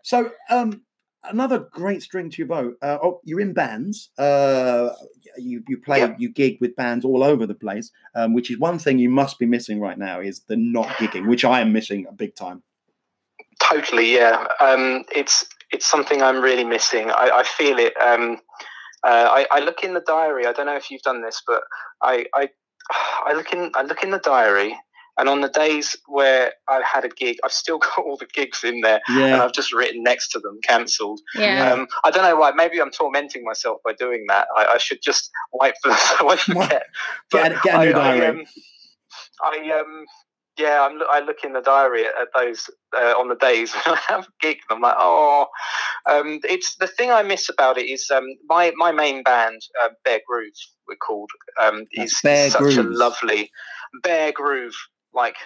A: so, um, another great string to your bow. Uh, oh, you're in bands. Uh, you you play
D: Yep.
A: you gig with bands all over the place. Um, which is one thing you must be missing right now is the not gigging, which I am missing big time.
D: Totally, yeah. Um, it's it's something I'm really missing. I, I feel it. Um, uh, I, I look in the diary. I don't know if you've done this, but I, I I look in I look in the diary, and on the days where I've had a gig, I've still got all the gigs in there, and
A: Yeah.
D: I've just written next to them cancelled.
E: Yeah.
A: Yeah.
D: Um, I don't know why. Maybe I'm tormenting myself by doing that. I, I should just wipe this away. Forget.
A: Get a- get a new diary.
D: I, um, I um, yeah, I'm, lo- I look in the diary at, at those uh, on the days when I have a gig, and I'm like, oh, um, it's the thing I miss about it is um, my my main band, uh, Bear Groove, we're called, um,
A: That's
D: is,
A: Bear
D: is such a
A: Grooves.
D: lovely Bear Groove, like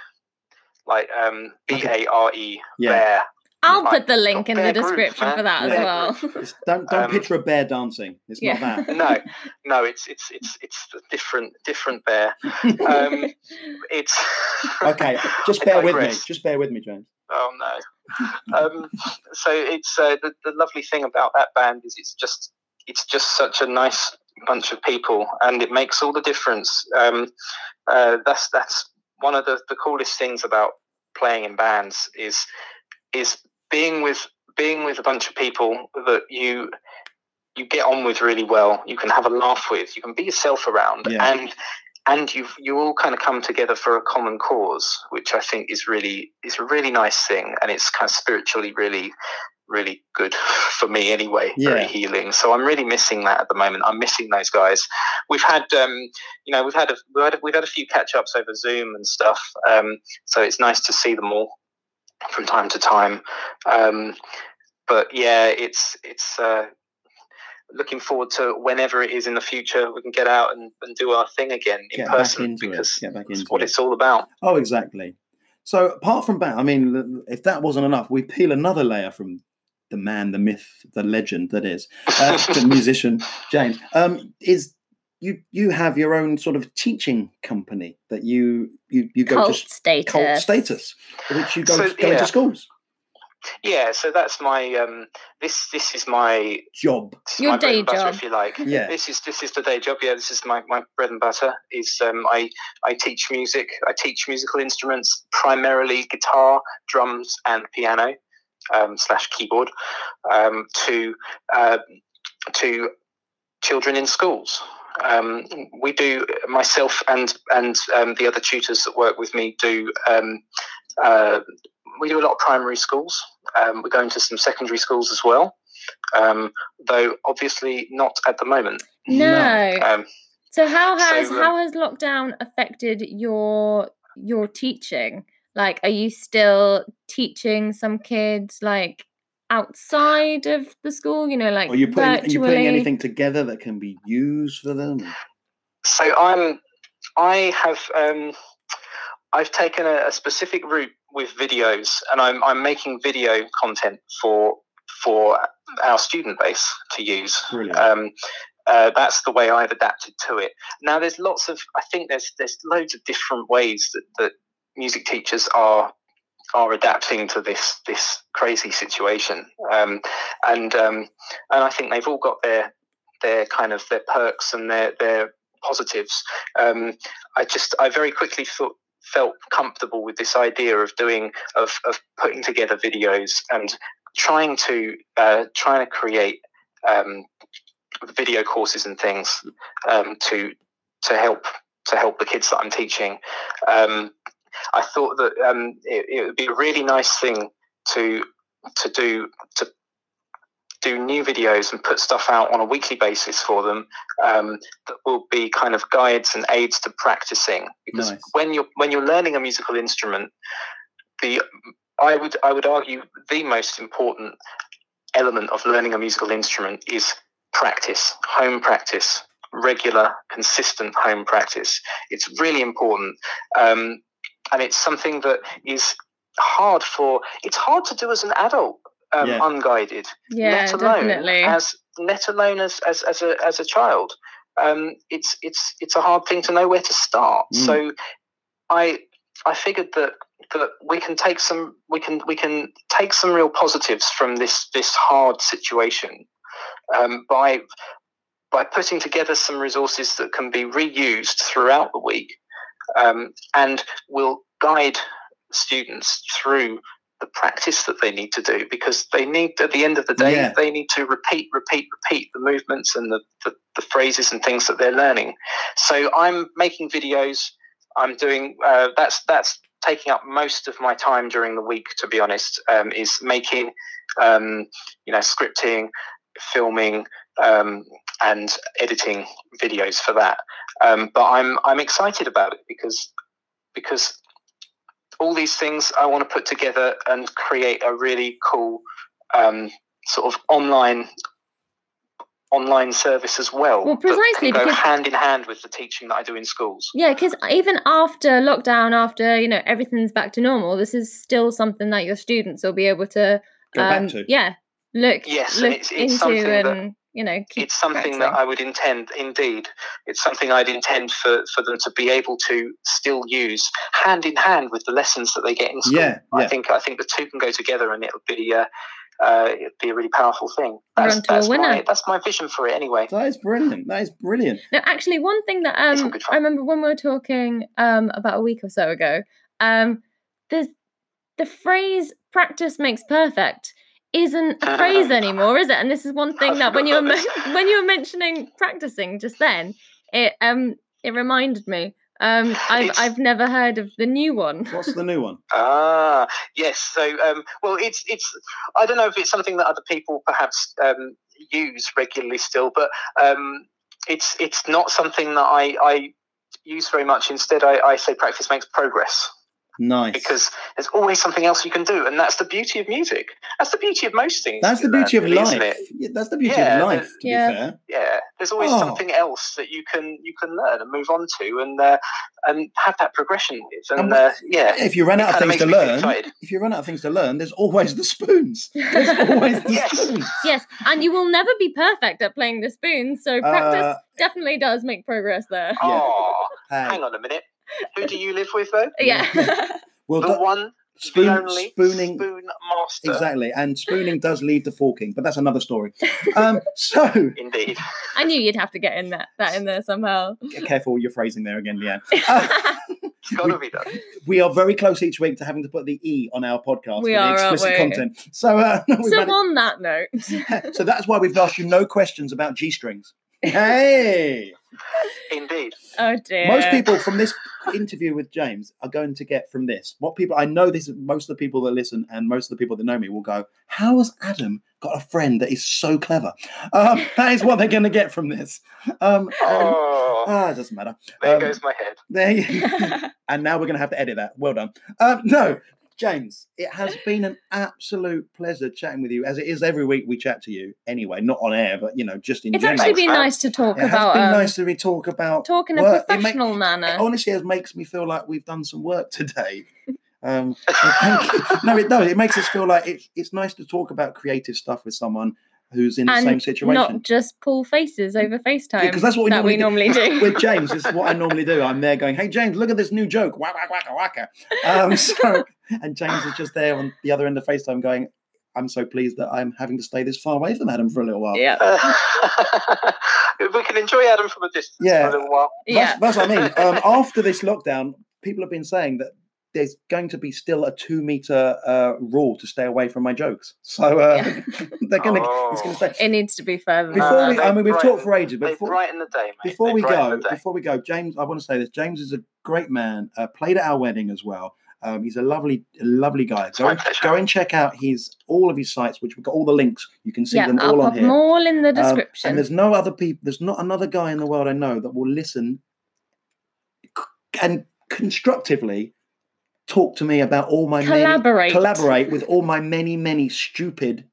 D: like um,
A: Like
D: B
A: a-
D: A R E,
A: Yeah.
D: Bear.
E: I'll
D: I-
E: put the link in the
D: Bear Grylls,
E: description for
D: man.
E: that
A: Bear
E: as well.
A: It's- don't don't
D: Um,
A: picture a bear dancing. It's
E: Yeah.
A: not that.
D: no, no, it's it's it's it's a different different bear. Um, it's
A: Okay, just
D: I
A: bear with me.
D: digress.
A: Just bear with me, James.
D: Oh no. Um, so it's uh, the the lovely thing about that band is it's just it's just such a nice bunch of people, and it makes all the difference. Um, uh, that's that's one of the, the coolest things about playing in bands is is being with being with a bunch of people that you you get on with really well. You can have a laugh with. You can be yourself around,
A: Yeah.
D: and and you you all kind of come together for a common cause, which I think is really is a really nice thing, and it's kind of spiritually really really good for me anyway.
A: Yeah.
D: Very healing. So I'm really missing that at the moment. I'm missing those guys. We've had um, you know we've had a, we've had a, we've had a few catch ups over Zoom and stuff. Um, so it's nice to see them all from time to time. Um, but yeah, it's it's uh, looking forward to whenever it is in the future we can get out and, and do our thing again in
A: Get back
D: person
A: into it.
D: because
A: Get back
D: that's
A: into
D: what
A: it.
D: it's all about.
A: Oh, exactly. So apart from that, I mean, th- if that wasn't enough, we peel another layer from the man, the myth, the legend that is uh, the musician James. Um, is you you have your own sort of teaching company that you you you go
E: cult
A: to s-
E: status.
A: cult status, which you go
D: So,
A: to go
D: yeah.
A: into schools.
D: yeah, so that's my um, this this is my
A: Job.
D: this is
E: Your
D: my bread
E: day
D: and butter,
E: job.
D: if you like.
A: Yeah.
D: This is this is the day job. Yeah, this is my, my bread and butter. Is um, I I teach music. I teach musical instruments primarily guitar, drums, and piano um, slash keyboard um, to uh, to children in schools. Um, we do myself and and um, the other tutors that work with me do. Um, uh, we do a lot of primary schools. Um, we go into some secondary schools as well. um, though obviously not at the moment.
B: No.
D: Um,
B: So how has
D: So, um,
B: how has lockdown affected your your teaching? Like, are you still teaching some kids like outside of the school? You know, like
A: Are you putting, are you
B: virtually.
A: putting anything together that can be used for them?
D: so I'm, I have, um, I've taken a, a specific route with videos, and I'm I'm making video content for for our student base to use.
A: Brilliant.
D: Um, uh, that's the way I've adapted to it. Now, there's lots of, I think there's there's loads of different ways that, that music teachers are are adapting to this this crazy situation, um, and um, and I think they've all got their their kind of their perks and their their positives. Um, I just I very quickly thought felt comfortable with this idea of doing of, of putting together videos and trying to uh, trying to create um, video courses and things um, to to help to help the kids that I'm teaching. Um, I thought that um, it, it would be a really nice thing to to do to do new videos and put stuff out on a weekly basis for them um, that will be kind of guides and aids to practicing because
A: Nice.
D: when you're when you're learning a musical instrument the I would I would argue the most important element of learning a musical instrument is practice, home practice, regular, consistent home practice. It's really important, um, and it's something that is hard for. It's hard to do as an adult, um,
A: Yeah.
D: unguided
B: yeah,
D: let alone
B: definitely.
D: as let alone as as, as a as a child. Um, it's it's it's a hard thing to know where to start.
A: Mm.
D: So I I figured that that we can take some we can we can take some real positives from this this hard situation um, by by putting together some resources that can be reused throughout the week um, and will guide students through the practice that they need to do because they need at the end of the day
A: Yeah.
D: they need to repeat repeat repeat the movements and the, the, the phrases and things that they're learning so i'm making videos i'm doing uh, that's that's taking up most of my time during the week to be honest um, is making um, you know scripting filming um, and editing videos for that um, but I'm I'm excited about it because because all these things I want to put together and create a really cool um, sort of online online service as well.
B: Well,
D: that can
B: precisely
D: go
B: because-
D: hand in hand with the teaching that I do in schools.
B: Yeah, because even after lockdown, after you know everything's back to normal, this is still something that your students will be able to,
A: Go
B: um,
A: back to.
B: yeah, look,
D: Yes, and
B: look
D: it's- it's something
B: into
D: that-
B: and you know keep.
D: it's something that
B: practicing.
D: I would intend, indeed, it's something I'd intend for, for them to be able to still use hand in hand with the lessons that they get in school.
A: Yeah,
D: I
A: yeah.
D: think I think the two can go together, and it'll be uh, uh, it'll be a really powerful thing.
B: You're
D: That's,
B: onto a
D: that's
B: winner.
D: my that's my vision for it, anyway.
A: That is brilliant. That is brilliant.
B: No, actually, one thing that
D: It's all
B: um
D: good
B: I
D: fun.
B: remember when we were talking um about a week or so ago, um the the phrase "practice makes perfect" isn't a phrase anymore, is it? And this is one thing that when you were
D: forgot
B: men-
D: about this.
B: when you were mentioning practicing just then, it um it reminded me. Um, I've
D: It's-
B: I've never heard of the new one.
A: What's the new one?
D: Ah, yes. So, um, well, it's it's. I don't know if it's something that other people perhaps um, use regularly still, but um, it's it's not something that I, I use very much. Instead, I, I say practice makes progress
A: Nice.
D: because there's always something else you can do, and that's the beauty of music. That's the beauty of most things.
A: that's the
D: you learn,
A: beauty of
D: really, isn't
A: life.
D: it?
A: Yeah, that's the beauty
D: Yeah,
A: of life. To
B: yeah.
A: be fair,
D: Yeah, there's always
A: Oh.
D: something else that you can you can learn and move on to, and uh, and have that progression with. And
A: And what-
D: uh, yeah,
A: if you run out of
D: kinda
A: things
D: makes
A: to
D: me feel
A: learn,
D: excited.
A: if you run out of things to learn, there's always the spoons. There's always the
D: Yes.
A: spoons.
B: yes, and you will never be perfect at playing the spoon, so practice
A: Uh,
B: definitely does make progress there.
D: Oh,
A: Hey,
D: hang on a minute. Who do you live with though?
B: Yeah.
A: well,
D: the
A: that-
D: one,
A: spoon,
D: the only
A: spooning
D: spoon master.
A: exactly, and spooning does lead to forking, but that's another story. Um, so
D: Indeed.
B: I knew you'd have to get in that that in there somehow.
A: careful, your phrasing there again, Leanne. Uh,
D: It's got to be done.
A: we are very close each week to having to put the E on our podcast
B: We
A: for
B: are,
A: the
B: aren't
A: explicit
B: we?
A: content. So, uh, we've
B: so
A: managed-
B: on that note,
A: so that's why we've asked you no questions about G strings. Hey,
D: Indeed.
E: Oh dear.
A: Most people from this interview with James are going to get from this what people I know. This most of the people that listen and most of the people that know me will go. How has Adam got a friend that is so clever? Um, that is what they're going to get from this. Um, and-
D: Oh,
A: ah, it doesn't matter.
D: there
A: um,
D: goes my head.
A: There you. and now we're going to have to edit that. Well done. Um, no, James, it has been an absolute pleasure chatting with you, as it is every week we chat to you anyway, not on air, but you know, just in
E: it's
A: general.
E: actually been
D: man.
E: nice to talk
A: it has
E: about
A: been
E: um,
A: nice to be talk about
E: talk in a
A: Well, it make-
E: professional manner.
A: it honestly it makes me feel like we've done some work today. Um, so thank you. no, it does. It makes us feel like it's it's nice to talk about creative stuff with someone who's in the same
E: and
A: situation.
E: not just pull faces over FaceTime.
A: Yeah, 'cause that's what we
E: that we
A: normally
E: normally do.
A: with James, this is what I normally do. I'm there going, "Hey James, look at this new joke!" Waka waka waka. Um, so, and James is just there on the other end of Facetime, going, "I'm so pleased that I'm having to stay this far away from Adam for a little while."
E: yeah.
D: Uh, we can enjoy Adam from a distance
A: Yeah.
D: for a little while.
E: Yeah.
A: That's, that's what I mean. Um, after this lockdown, people have been saying that there's going to be still a two meter uh, rule to stay away from my jokes. So uh, they're going to it's going to
D: Oh.
A: stay.
E: It needs to be further. than
A: Before
E: that.
A: we, I mean, we've talked for ages.
D: They
A: Before,
D: brighten the day, mate.
A: before
D: They
A: we
D: brighten
A: go,
D: the day.
A: before we go, James, I want to say this. James is a great man. Uh, played at our wedding as well. Um, he's a lovely, lovely guy. Go,
D: my
A: and-
D: pleasure.
A: go and check out his all of his sites, which we've got all the links. You can see
E: yeah,
A: them
E: I'll
A: all
E: pop
A: on here.
E: them all in the
A: Um,
E: description.
A: and there's no other people. There's not another guy in the world I know that will listen c- and constructively talk to me about all my many,
E: collaborate.
A: collaborate with all my many many stupid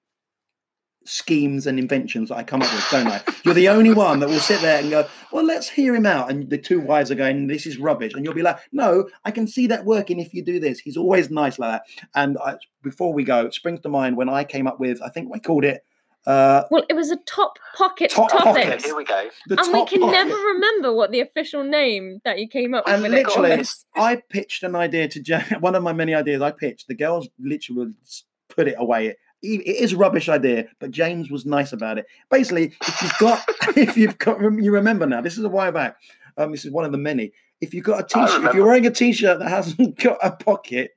A: schemes and inventions that I come up with, don't I? You're the only one that will sit there and go, "Well, let's hear him out." And the two wives are going, "This is rubbish," and you'll be like, "No, I can see that working if you do this." He's always nice like that. And I, before we go, it springs to mind when I came up with, I think we called it. Uh,
E: Well, it was a top pocket
A: Top
E: topic.
A: pocket.
D: Here we go.
A: the
E: And we
A: top
E: can
A: pocket.
E: never remember what the official name that you came up with.
A: And
E: when it got
A: literally,
E: this.
A: I pitched an idea to Jan. One of my many ideas I pitched. The girls literally would s- put it away. It, it is a rubbish idea, but James was nice about it. Basically, if you've got, if you've got, you remember now. This is a while back. Um, this is one of the many. If you've got a t-shirt,
D: I
A: if you're
D: remember.
A: wearing a t-shirt that hasn't got a pocket,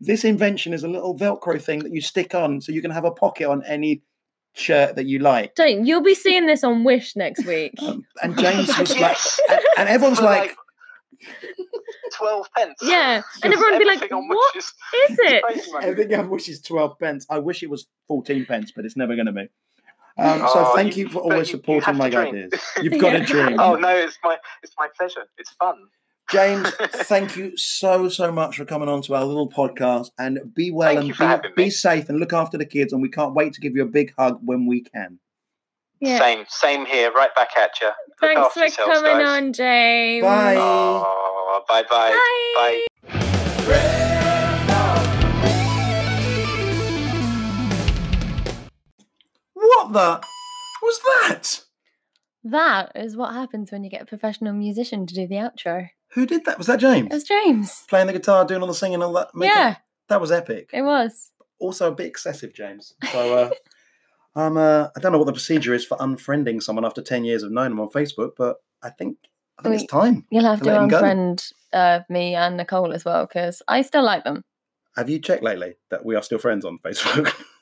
A: this invention is a little Velcro thing that you stick on, so you can have a pocket on any shirt that you like.
E: Don't you'll be seeing this on Wish next week.
A: Um, and James was like,
D: Yes.
A: and, and everyone's
D: For
A: like,
D: like Twelve pence.
E: yeah, and everyone would be like,
D: Everything on
E: "What
D: wishes.
E: is it?"
D: Crazy money.
A: Everything I wish is 12 pence. I wish it was 14 pence, but it's never going to be. Um, so
D: Oh,
A: thank
D: you-
A: you for
D: but
A: always
D: you- you
A: supporting
D: have
A: my
D: to drink.
A: ideas. You've got a
E: Yeah.
A: dream.
D: Oh no, it's my it's my pleasure. It's fun.
A: James, thank you so, so much for coming on to our little podcast and be well
D: Thank you for
A: and be,
D: having me.
A: be safe and look after the kids. And we can't wait to give you a big hug when we can.
E: Yeah.
D: Same same here. Right back at you.
E: Thanks
D: after
E: for
D: yourselves,
E: coming
D: guys.
E: on, James.
A: Bye.
D: Oh, bye bye.
E: Bye.
D: Bye.
A: What the was that?
B: That is what happens when you get a professional musician to do the outro.
A: Who did that? Was that James?
B: It was James.
A: Playing the guitar, doing all the singing, all that. making-
B: yeah,
A: That was epic.
B: it was.
A: also a bit excessive, James. So uh, I'm uh, I don't know what the procedure is for unfriending someone after ten years of knowing them on Facebook, but I think I think
B: Wait.
A: it's time.
B: You'll have
A: To
B: to
A: let him go.
B: unfriend uh, me and Nicole as well because I still like them.
A: Have you checked lately that we are still friends on Facebook?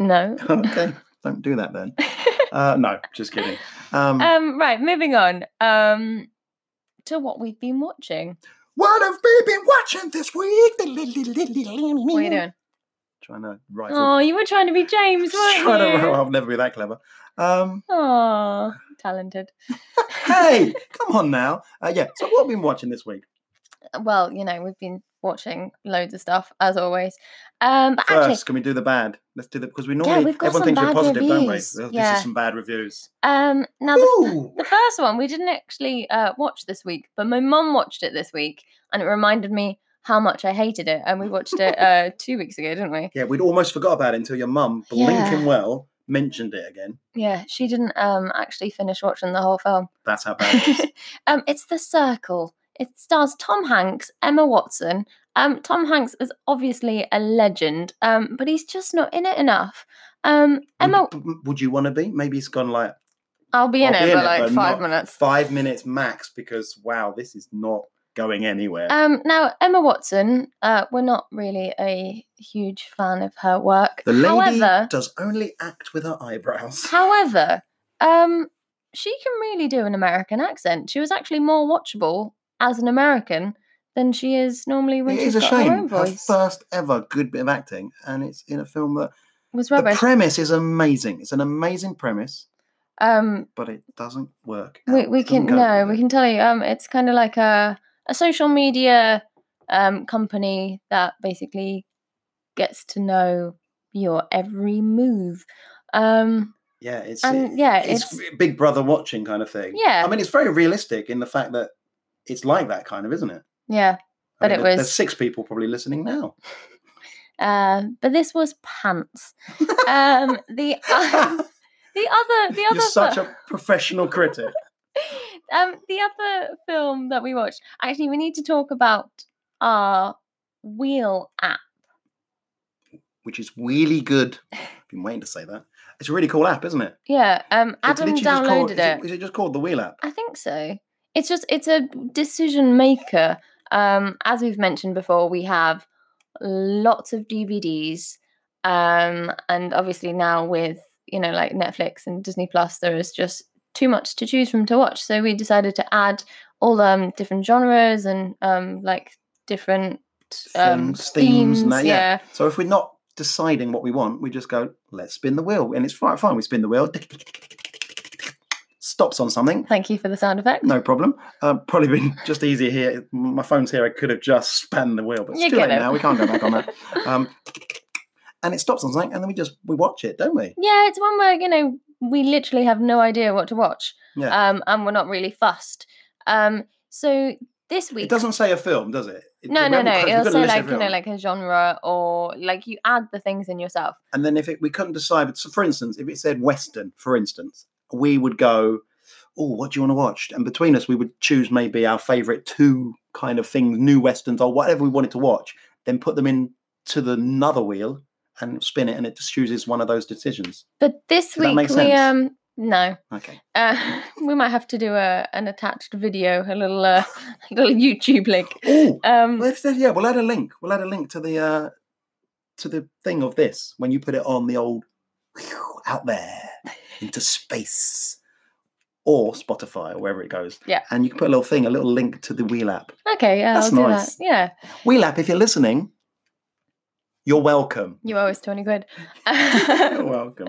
B: No.
A: okay, don't do that then. Uh, no, just kidding. Um,
B: um. Right. Moving on. Um. To what we've been watching.
A: what have we been watching this week?
B: What are you doing?
A: Trying to write. all-
B: Oh, you were trying to be James, weren't
A: trying to, well,
B: you?
A: I'll never be that clever. Um,
B: Oh, talented.
A: hey, come on now. Uh, yeah. So what have we been watching this week?
B: Well, you know, we've been watching loads of stuff as always. Um, but
A: First,
B: actually,
A: can we do the bad? Let's do the because we normally
B: we've got some
A: everyone thinks we're
B: bad
A: positive, don't we?
B: reviews.
A: Well, This
B: Yeah.
A: is some bad reviews.
B: um, now the
A: Ooh,
B: The first one we didn't actually uh, watch this week, but my mum watched it this week, and it reminded me how much I hated it. And we watched it uh, two weeks ago, didn't we?
A: yeah, we'd almost forgot about it until your mum, blinking
B: Yeah.
A: well, mentioned it again.
B: Yeah, she didn't um, actually finish watching the whole film.
A: That's how bad. it is.
B: um, it's The Circle. It stars Tom Hanks, Emma Watson. Um, Tom Hanks is obviously a legend, um, but he's just not in it enough. Um, Emma,
A: would, b- would you want to be? Maybe it's gone like
B: I'll be in
A: I'll
B: it
A: be
B: for
A: in it,
B: like
A: but
B: five
A: not-
B: minutes.
A: five minutes max because wow, this is not going anywhere.
B: Um, now Emma Watson, uh, we're not really a huge fan of her work.
A: the lady
B: however,
A: does only act with her eyebrows.
B: however, um, she can really do an American accent. She was actually more watchable as an American than she is normally when
A: it
B: she's
A: is a
B: got her own
A: shame. Her
B: voice.
A: first ever good bit of acting, and it's in a film that
B: was
A: the
B: rubbish.
A: premise is amazing. It's an amazing premise,
B: um,
A: but it doesn't work.
B: we,
A: out.
B: we
A: It
B: can
A: doesn't go
B: no,
A: with
B: we
A: it.
B: can tell you. Um, it's kind of like a a social media um company that basically gets to know your every move. Um,
A: Yeah, it's
B: and yeah,
A: it's,
B: it's-
A: Big Brother watching kind of thing.
B: Yeah.
A: I mean, it's very realistic in the fact that it's like that kind of, isn't it?
B: yeah.
A: I
B: But
A: mean,
B: it
A: there-
B: was-
A: There's six people probably listening now.
B: Uh, but this was pants. um, the um, the other the other
A: You're such
B: fil-
A: a professional critic.
B: um the other film that we watched. Actually, we need to talk about our wheel app.
A: which is really good. I've been waiting to say that. It's a really cool app, isn't it?
B: Yeah, um,
A: It's
B: Adam
A: literally just called-
B: downloaded
A: is
B: it.
A: Is it just called the Wheel app?
B: I think so. It's just it's a decision maker. Um, as we've mentioned before, we have lots of DVDs, um, and obviously now with you know like Netflix and Disney Plus, there is just too much to choose from to watch. So we decided to add all um different genres and um like different um
A: Films, themes, and that, yeah.
B: yeah.
A: So if we're not deciding what we want, we just go, let's spin the wheel. And it's fine, fine. We spin the wheel. tick, tick, tick, tick, tick, tick, tick, tick, tick, Stops on something.
B: Thank you for the sound effect.
A: No problem. Uh, probably been just easier here. M- My phone's here. I could have just spun the wheel, but it's
B: You
A: too
B: get
A: late
B: it.
A: now. We can't go back on that. Um, tick, tick, tick, tick, and it stops on something, and then we just we watch it, don't we?
B: Yeah, it's one where you know we literally have no idea what to watch,
A: Yeah.
B: um, and we're not really fussed. Um, so this week,
A: It doesn't say a film, does it? It-
B: no,
A: we
B: no,
A: haven't
B: no.
A: cr- we've
B: It'll
A: got a
B: say
A: list
B: like
A: of
B: you know,
A: films.
B: like a genre, or like you add the things in yourself.
A: And then if it, we couldn't decide, so for instance, if it said Western, for instance, we would go, oh, what do you want to watch? And between us, we would choose maybe our favourite two kind of things, new Westerns or whatever we wanted to watch, then put them in to the another wheel and spin it, and it just chooses one of those decisions.
B: But this
A: Does that
B: week
A: make
B: we
A: sense?
B: um no.
A: Okay.
B: Uh, we might have to do a an attached video, a little uh, a little YouTube link.
A: Oh,
B: Um,
A: well, if there's- yeah, we'll add a link. We'll add a link to the uh, to the thing of this when you put it on the old out there into space or Spotify or wherever it goes.
B: Yeah.
A: And you can put a little thing, a little link to the Wheel app.
B: okay, yeah,
A: That's
B: I'll do
A: nice.
B: that. Yeah,
A: Wheel app, if you're listening, you're welcome.
B: you owe us twenty quid.
A: You're welcome.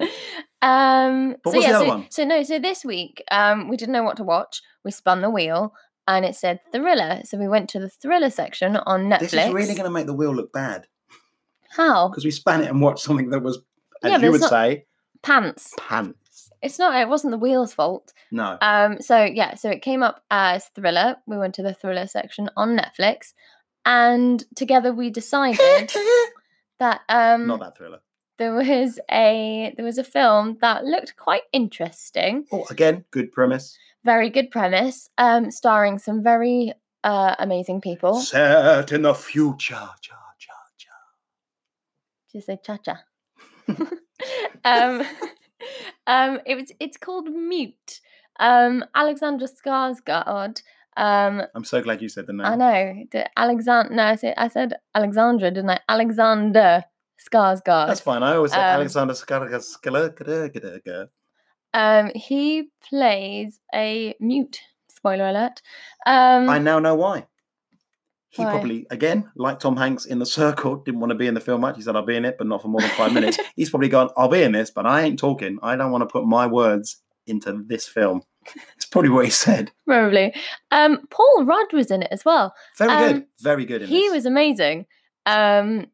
B: Um,
A: But
B: so
A: what's
B: yeah,
A: the other
B: so,
A: one?
B: so no, so this week um, we didn't know what to watch. We spun the wheel, and it said thriller. So we went to the thriller section on Netflix.
A: This is really going to make the wheel look bad
B: How
A: because we span it and watched something that was, as
B: Yeah, but
A: you
B: it's
A: would
B: not-
A: say,
B: pants?
A: pants.
B: It's not. It wasn't the wheel's fault.
A: No.
B: Um, so yeah, so it came up as thriller. We went to the thriller section on Netflix, and together we decided that um,
A: not that thriller.
B: there was a there was a film that looked quite interesting.
A: Oh, again, good premise.
B: Very good premise, um, starring some very uh, amazing people.
A: Set in the future. Ja, ja, ja.
B: Did you say cha cha? um, um, it was. It's called Mute. Um, Alexandra Skarsgård. Um,
A: I'm so glad you said the name.
B: I know. The Alexand. No, I said, I said Alexandra, didn't I? Alexander Skarsgård.
A: That's fine. I always say
B: Um,
A: Alexander Skarsgård.
B: Um, he plays a mute. Spoiler alert. Um,
A: I now know why. He
B: Why?
A: probably, again, like Tom Hanks in The Circle, didn't want to be in the film much. He said, I'll be in it, but not for more than five minutes. He's probably gone, I'll be in this, but I ain't talking. I don't want to put my words into this film. It's probably what he said.
B: probably. Um, Paul Rudd was in it as well.
A: Very
B: Um,
A: good. Very good. In
B: he
A: this.
B: was amazing um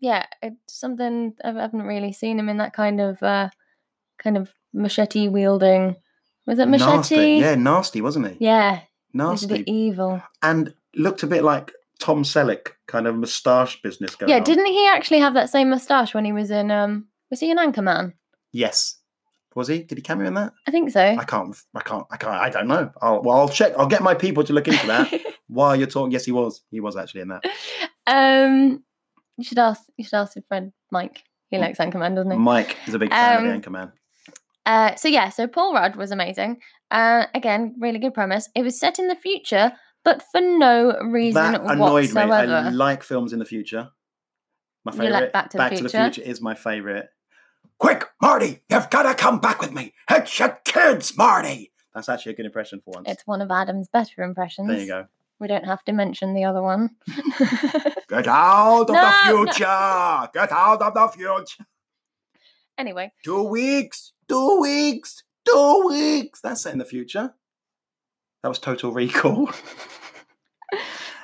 B: yeah it's something i haven't really seen him in that kind of uh kind of machete wielding was it machete
A: nasty. Yeah, nasty, wasn't he?
B: yeah this is
A: nasty.
B: the evil
A: and looked a bit like Tom Selleck, kind of moustache business going
B: yeah
A: on.
B: didn't he actually have that same mustache when he was in um was he an anchor man
A: Yes. Was he? Did he cameo in that?
B: i think so
A: I can't. I can't. I can't. I don't know. I'll, well, I'll check. I'll get my people to look into that while you're talking. Yes, he was. He was actually in that.
B: um you should ask you should ask your friend mike he likes anchorman doesn't he
A: Mike is a big fan
B: Um,
A: of the Anchorman.
B: Uh, so yeah, so Paul Rudd was amazing. Uh, again, really good premise. It was set in the future, but for no reason
A: That annoyed me. I
B: whatsoever.
A: like films in the future. My
B: You like
A: favorite.
B: Back to the Future?
A: Future is my favorite. Quick, Marty, you've got to come back with me. It's your kids, Marty. That's actually a good impression for once.
B: It's one of Adam's better impressions.
A: there you go.
B: We don't have to mention the other one.
C: Get out of the
B: No, no.
C: future! Get out of the future!
B: anyway,
C: Two weeks!
A: Two weeks. Two weeks. That's set in the future. That was Total Recall.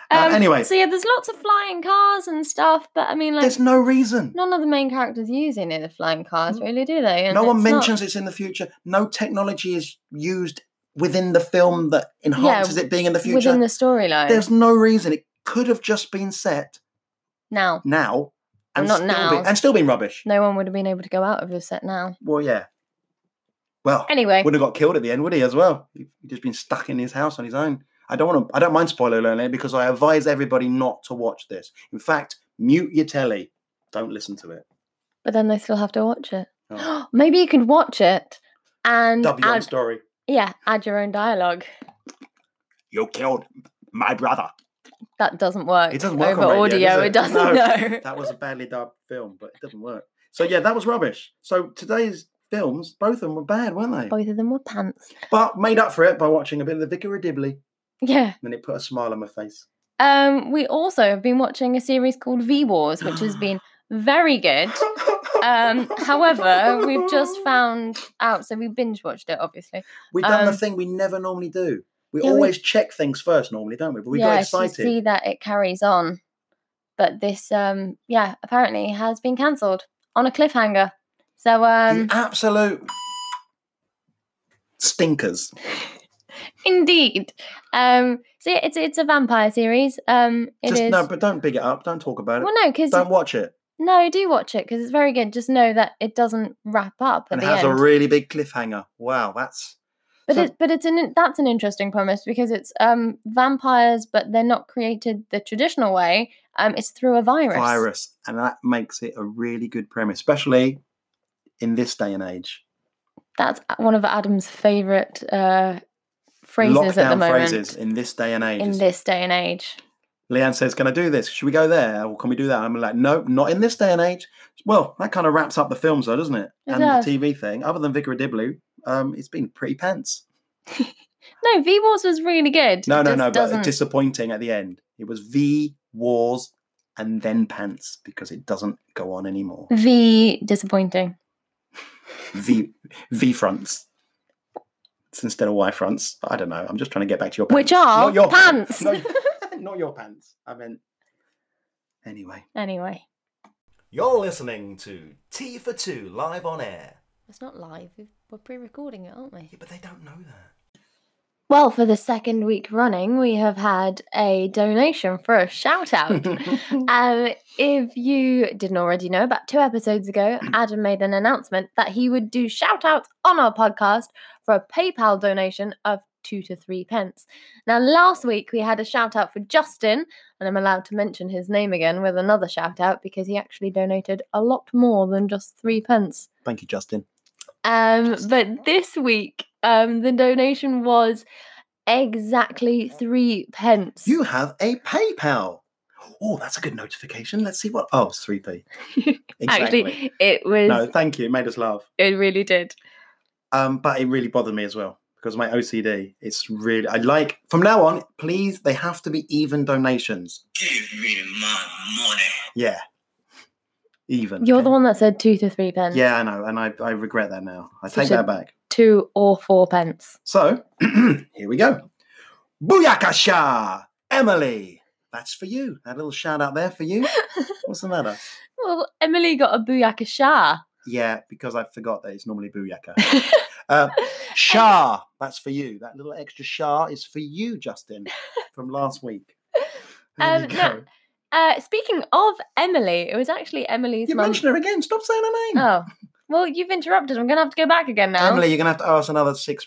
A: Uh, anyway.
B: um, so yeah, there's lots of flying cars and stuff, but I mean, like,
A: There's no reason.
B: none of the main characters use any of the flying cars, really, do they? And
A: no one
B: it's not-
A: mentions it's in the future. No technology is used within the film that enhances it being in the future.
B: within the storyline.
A: There's no reason. It could have just been set
B: now,
A: now and
B: Not
A: still
B: now.
A: Been, and still been rubbish.
B: no one would have been able to go out of the set now.
A: Well, yeah. Well,
B: Anyway,
A: wouldn't have got killed at the end, would he? As well, he'd just been stuck in his house on his own. I don't want to. I don't mind spoiler alert because I advise everybody not to watch this. In fact, mute your telly. Don't listen to it.
B: but then they still have to watch it.
A: Oh,
B: Maybe you could watch it and
A: Dub your own
B: add,
A: story.
B: yeah, add your own dialogue.
C: You killed my brother.
B: That doesn't work.
A: It doesn't work on
B: over
A: radio,
B: audio.
A: does it?
B: It doesn't.
A: No.
B: No.
A: that was a badly dubbed film, but it didn't work. So yeah, that was rubbish. So today's films, both of them were bad, weren't they?
B: Both of them were pants.
A: But made up for it by watching a bit of The Vicar of Dibley,
B: Yeah.
A: and it put a smile on my face.
B: Um, we also have been watching a series called V Wars, which has been very good. Um, however, we've just found out, so we binge watched it, obviously.
A: We've done the
B: um,
A: thing we never normally do. We
B: yeah, we-
A: always check things first, normally, don't we? But we
B: yeah,
A: got
B: to see
A: excited.
B: that it carries on, but this, um, yeah, apparently has been cancelled on a cliffhanger. So, um,
A: the absolute stinkers.
B: indeed, um, so yeah, it's it's a vampire series. Um, it is
A: Just no, but don't big it up. Don't talk about it.
B: well, no, because
A: don't watch it.
B: no, do watch it because it's very good. Just know that it doesn't wrap up at
A: And it
B: the
A: has
B: end.
A: a really big cliffhanger. Wow, that's
B: But
A: So-
B: it's but it's an in- that's an interesting premise because it's um vampires, but they're not created the traditional way. Um, it's through a virus.
A: and that makes it a really good premise, especially in this day and age.
B: That's a- one of Adam's favorite uh, phrases at the
A: Lockdown
B: moment
A: phrases in this day and age.
B: in
A: is-
B: this day and age.
A: Leanne says, "Can I do this? Should we go there, or can we do that?" I'm like, "No, not in this day and age." Well, that kind of wraps up the films, though, doesn't it?
B: It
A: and
B: does.
A: the TV thing. Other than Vicar of Dibley, um, it's been pretty pants.
B: No, V Wars was really good.
A: No,
B: It
A: no,
B: just
A: no,
B: doesn't-
A: but disappointing at the end. It was V Wars and then pants because it doesn't go on anymore.
B: V disappointing.
A: V V fronts. It's instead of Y fronts. I don't know. I'm just trying to get back to your pants.
B: Which are
A: Not your
B: pants.
A: Not, not your pants. I meant. Anyway.
B: Anyway,
A: You're listening to T for Two live on air.
B: it's not live. We've- We're pre-recording it, aren't we?
A: Yeah, but they don't know that.
B: Well, for the second week running, we have had a donation for a shout out. Um, if you didn't already know, about two episodes ago, Adam made an announcement that he would do shout outs on our podcast for a PayPal donation of two to three pence. Now, last week we had a shout out for Justin, and I'm allowed to mention his name again with another shout out because he actually donated a lot more than just three pence.
A: Thank you, Justin.
B: Um, but this week, um, the donation was exactly three pence.
A: You have a PayPal. Oh, that's a good notification. Let's see what. Oh, it's 3P. Exactly.
B: Actually, it was.
A: no, thank you. It made us laugh.
B: It really did.
A: Um, but it really bothered me as well because my OCD. It's really. I like. From now on, please, they have to be even donations.
F: Give me my money.
A: Yeah. Even.
B: You're
A: okay?
B: the one that said two to three pence.
A: Yeah, I know. And I, I regret that now. I
B: So
A: take
B: should-
A: that back.
B: Two or four pence.
A: So here we go. Booyakasha! Emily! That's for you. That little shout out there for you. What's the matter?
B: Well, Emily got a booyaka shah.
A: Yeah, because I forgot that it's normally booyaka. Uh, Shah! That's for you. That little extra Shah is for you, Justin, from last week. There
B: Um,
A: you
B: no,
A: go.
B: Uh, speaking of Emily, it was actually Emily's
A: you
B: mum.
A: mentioned her again. Stop saying her name.
B: Oh, well, you've interrupted. I'm going to have to go back again now.
A: Emily, you're going to have to owe us another 6p.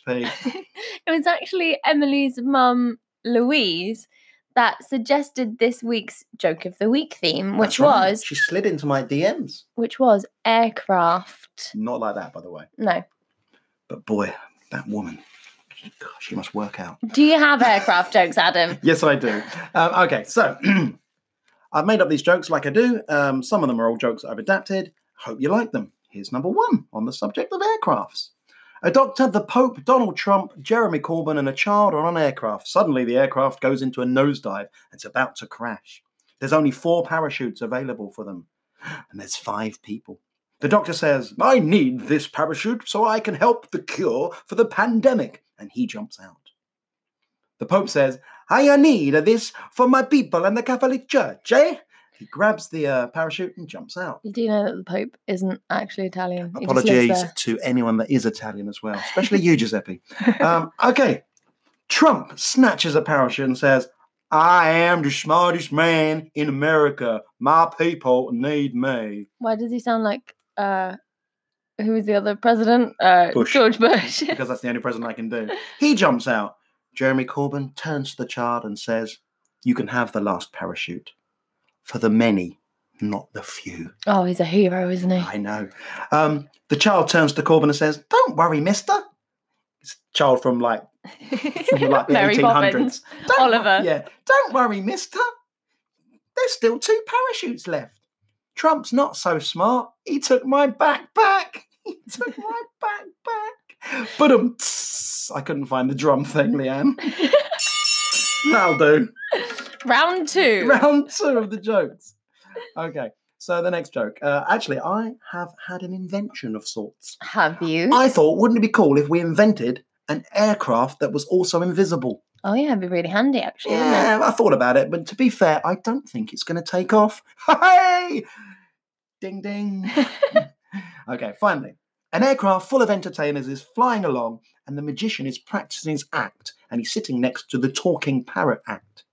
B: it was actually Emily's mum, Louise, that suggested this week's joke of the week theme, which
A: That's right.
B: was
A: She slid into my DMs.
B: which was aircraft.
A: Not like that, by the way.
B: No,
A: But boy, that woman. God, she must work out.
B: do you have aircraft jokes, Adam?
A: yes, I do. Um, okay, so I've made up these jokes like I do. Um, some of them are old jokes that I've adapted. Hope you like them. Here's number one on the subject of aircrafts. A doctor, the Pope, Donald Trump, Jeremy Corbyn, and a child are on an aircraft. Suddenly, the aircraft goes into a nosedive. It's about to crash. There's only four parachutes available for them, and there's five people. The doctor says, I need this parachute so I can help the cure for the pandemic. And he jumps out. The Pope says, I need this for my people and the Catholic Church, eh? He grabs the uh, parachute and jumps out.
B: You do know that the Pope isn't actually Italian. He just lives
A: Apologies
B: there.
A: to anyone that is Italian as well, especially you, Giuseppe. Um, okay. Trump snatches a parachute and says, I am the smartest man in America. My people need me.
B: Why does he sound like uh who was the other president? Uh
A: Bush.
B: George Bush.
A: because that's the only present I can do. He jumps out. Jeremy Corbyn turns to the child and says, You can have the last parachute for the many, not the few.
B: oh, he's a hero, isn't he?
A: I know. Um, the child turns to Corbyn and says, Don't worry, mister. It's a child from like, from like the
B: Mary
A: 1800s.
B: Poppins.
A: Don't,
B: Oliver.
A: Yeah. Don't worry, mister. There's still two parachutes left. Trump's not so smart. He took my backpack. He took my backpack. But um, I couldn't find the drum thing, Leanne. That'll do.
B: Round two.
A: Round two of the jokes. Okay. So the next joke. Uh, actually, I have had an invention of sorts.
B: Have you?
A: I thought, wouldn't it be cool if we invented an aircraft that was also invisible?
B: oh yeah, it'd be really handy actually, wouldn't it?
A: Yeah, I thought about it, but to be fair, I don't think it's going to take off. Hey! Ding ding. okay, finally. An aircraft full of entertainers is flying along, and the magician is practicing his act, and he's sitting next to the talking parrot act.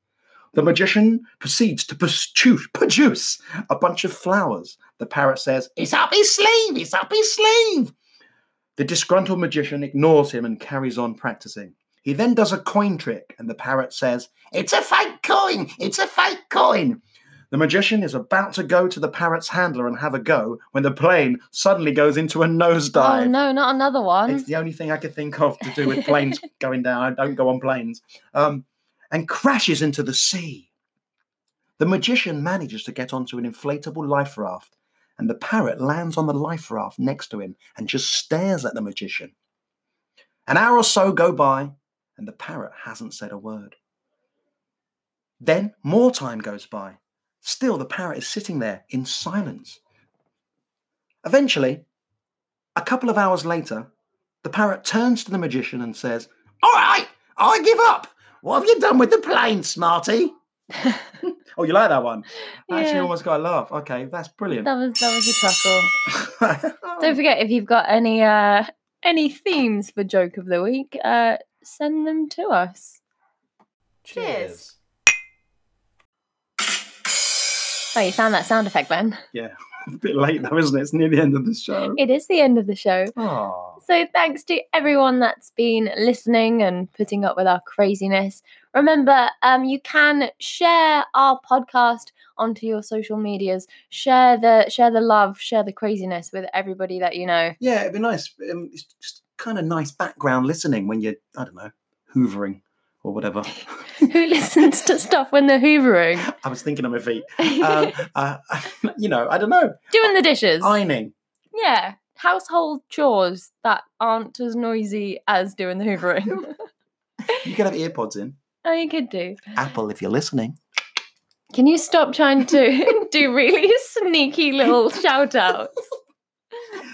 A: The magician proceeds to produce, produce a bunch of flowers. The parrot says, It's up his sleeve! It's up his sleeve! The disgruntled magician ignores him and carries on practicing. He then does a coin trick, and the parrot says, It's a fake coin! It's a fake coin! The magician is about to go to the parrot's handler and have a go when the plane suddenly goes into a nosedive.
B: Oh no, not another one.
A: It's the only thing I could think of to do with planes going down. I don't go on planes. Um, and crashes into the sea. The magician manages to get onto an inflatable life raft, and the parrot lands on the life raft next to him and just stares at the magician. An hour or so go by, and the parrot hasn't said a word. Then more time goes by. Still, the parrot is sitting there in silence. Eventually, a couple of hours later, the parrot turns to the magician and says, All right, I give up. What have you done with the plane, smarty? oh, you like that one? I actually
B: Yeah.
A: almost got a laugh. Okay, that's brilliant.
B: That was that was a chuckle. Don't forget if you've got any uh any themes for joke of the week, uh send them to us. Cheers. Oh, you found that sound effect, Ben.
A: a bit late though, isn't it? It's near the end of the show.
B: It is the end of the show.
A: Oh,
B: So, thanks to everyone that's been listening and putting up with our craziness. Remember, um, you can share our podcast onto your social medias. Share the share the love, share the craziness with everybody that you know.
A: yeah, it'd be nice. Um, it's just kind of nice background listening when you're, I don't know, hoovering or whatever.
B: Who listens to stuff when they're hoovering,
A: I was thinking on my feet. Um, uh, you know, I don't know.
B: doing the dishes?
A: Ironing.
B: Yeah, household chores that aren't as noisy as doing the hoovering.
A: You can have earpods in.
B: oh, you could do.
A: Apple, if you're listening.
B: Can you stop trying to do really sneaky little shout outs?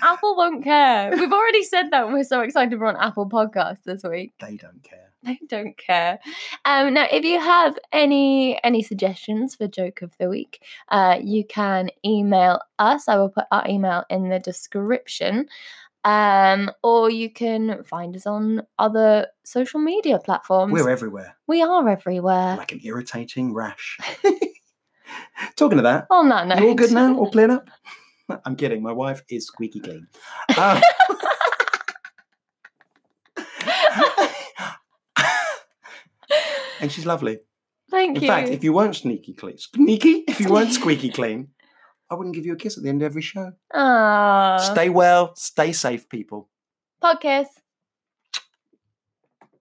B: Apple won't care. We've already said that and we're so excited we're on Apple Podcast this week.
A: They don't care.
B: They don't care. Um, now, if you have any any suggestions for joke of the week, uh, you can email us. I will put our email in the description, um, or you can find us on other social media platforms.
A: We're everywhere,
B: We are everywhere.
A: like an irritating rash. Talking of that,
B: On that note,
A: you all good now? All cleared up? I'm kidding. My wife is squeaky clean. Uh, and she's lovely.
B: Thank
A: In
B: you.
A: fact, if you weren't sneaky clean, sneaky, if you weren't squeaky clean, I wouldn't give you a kiss at the end of every show.
B: Aw.
A: Stay well, stay safe, people.
B: Ah, Podcast.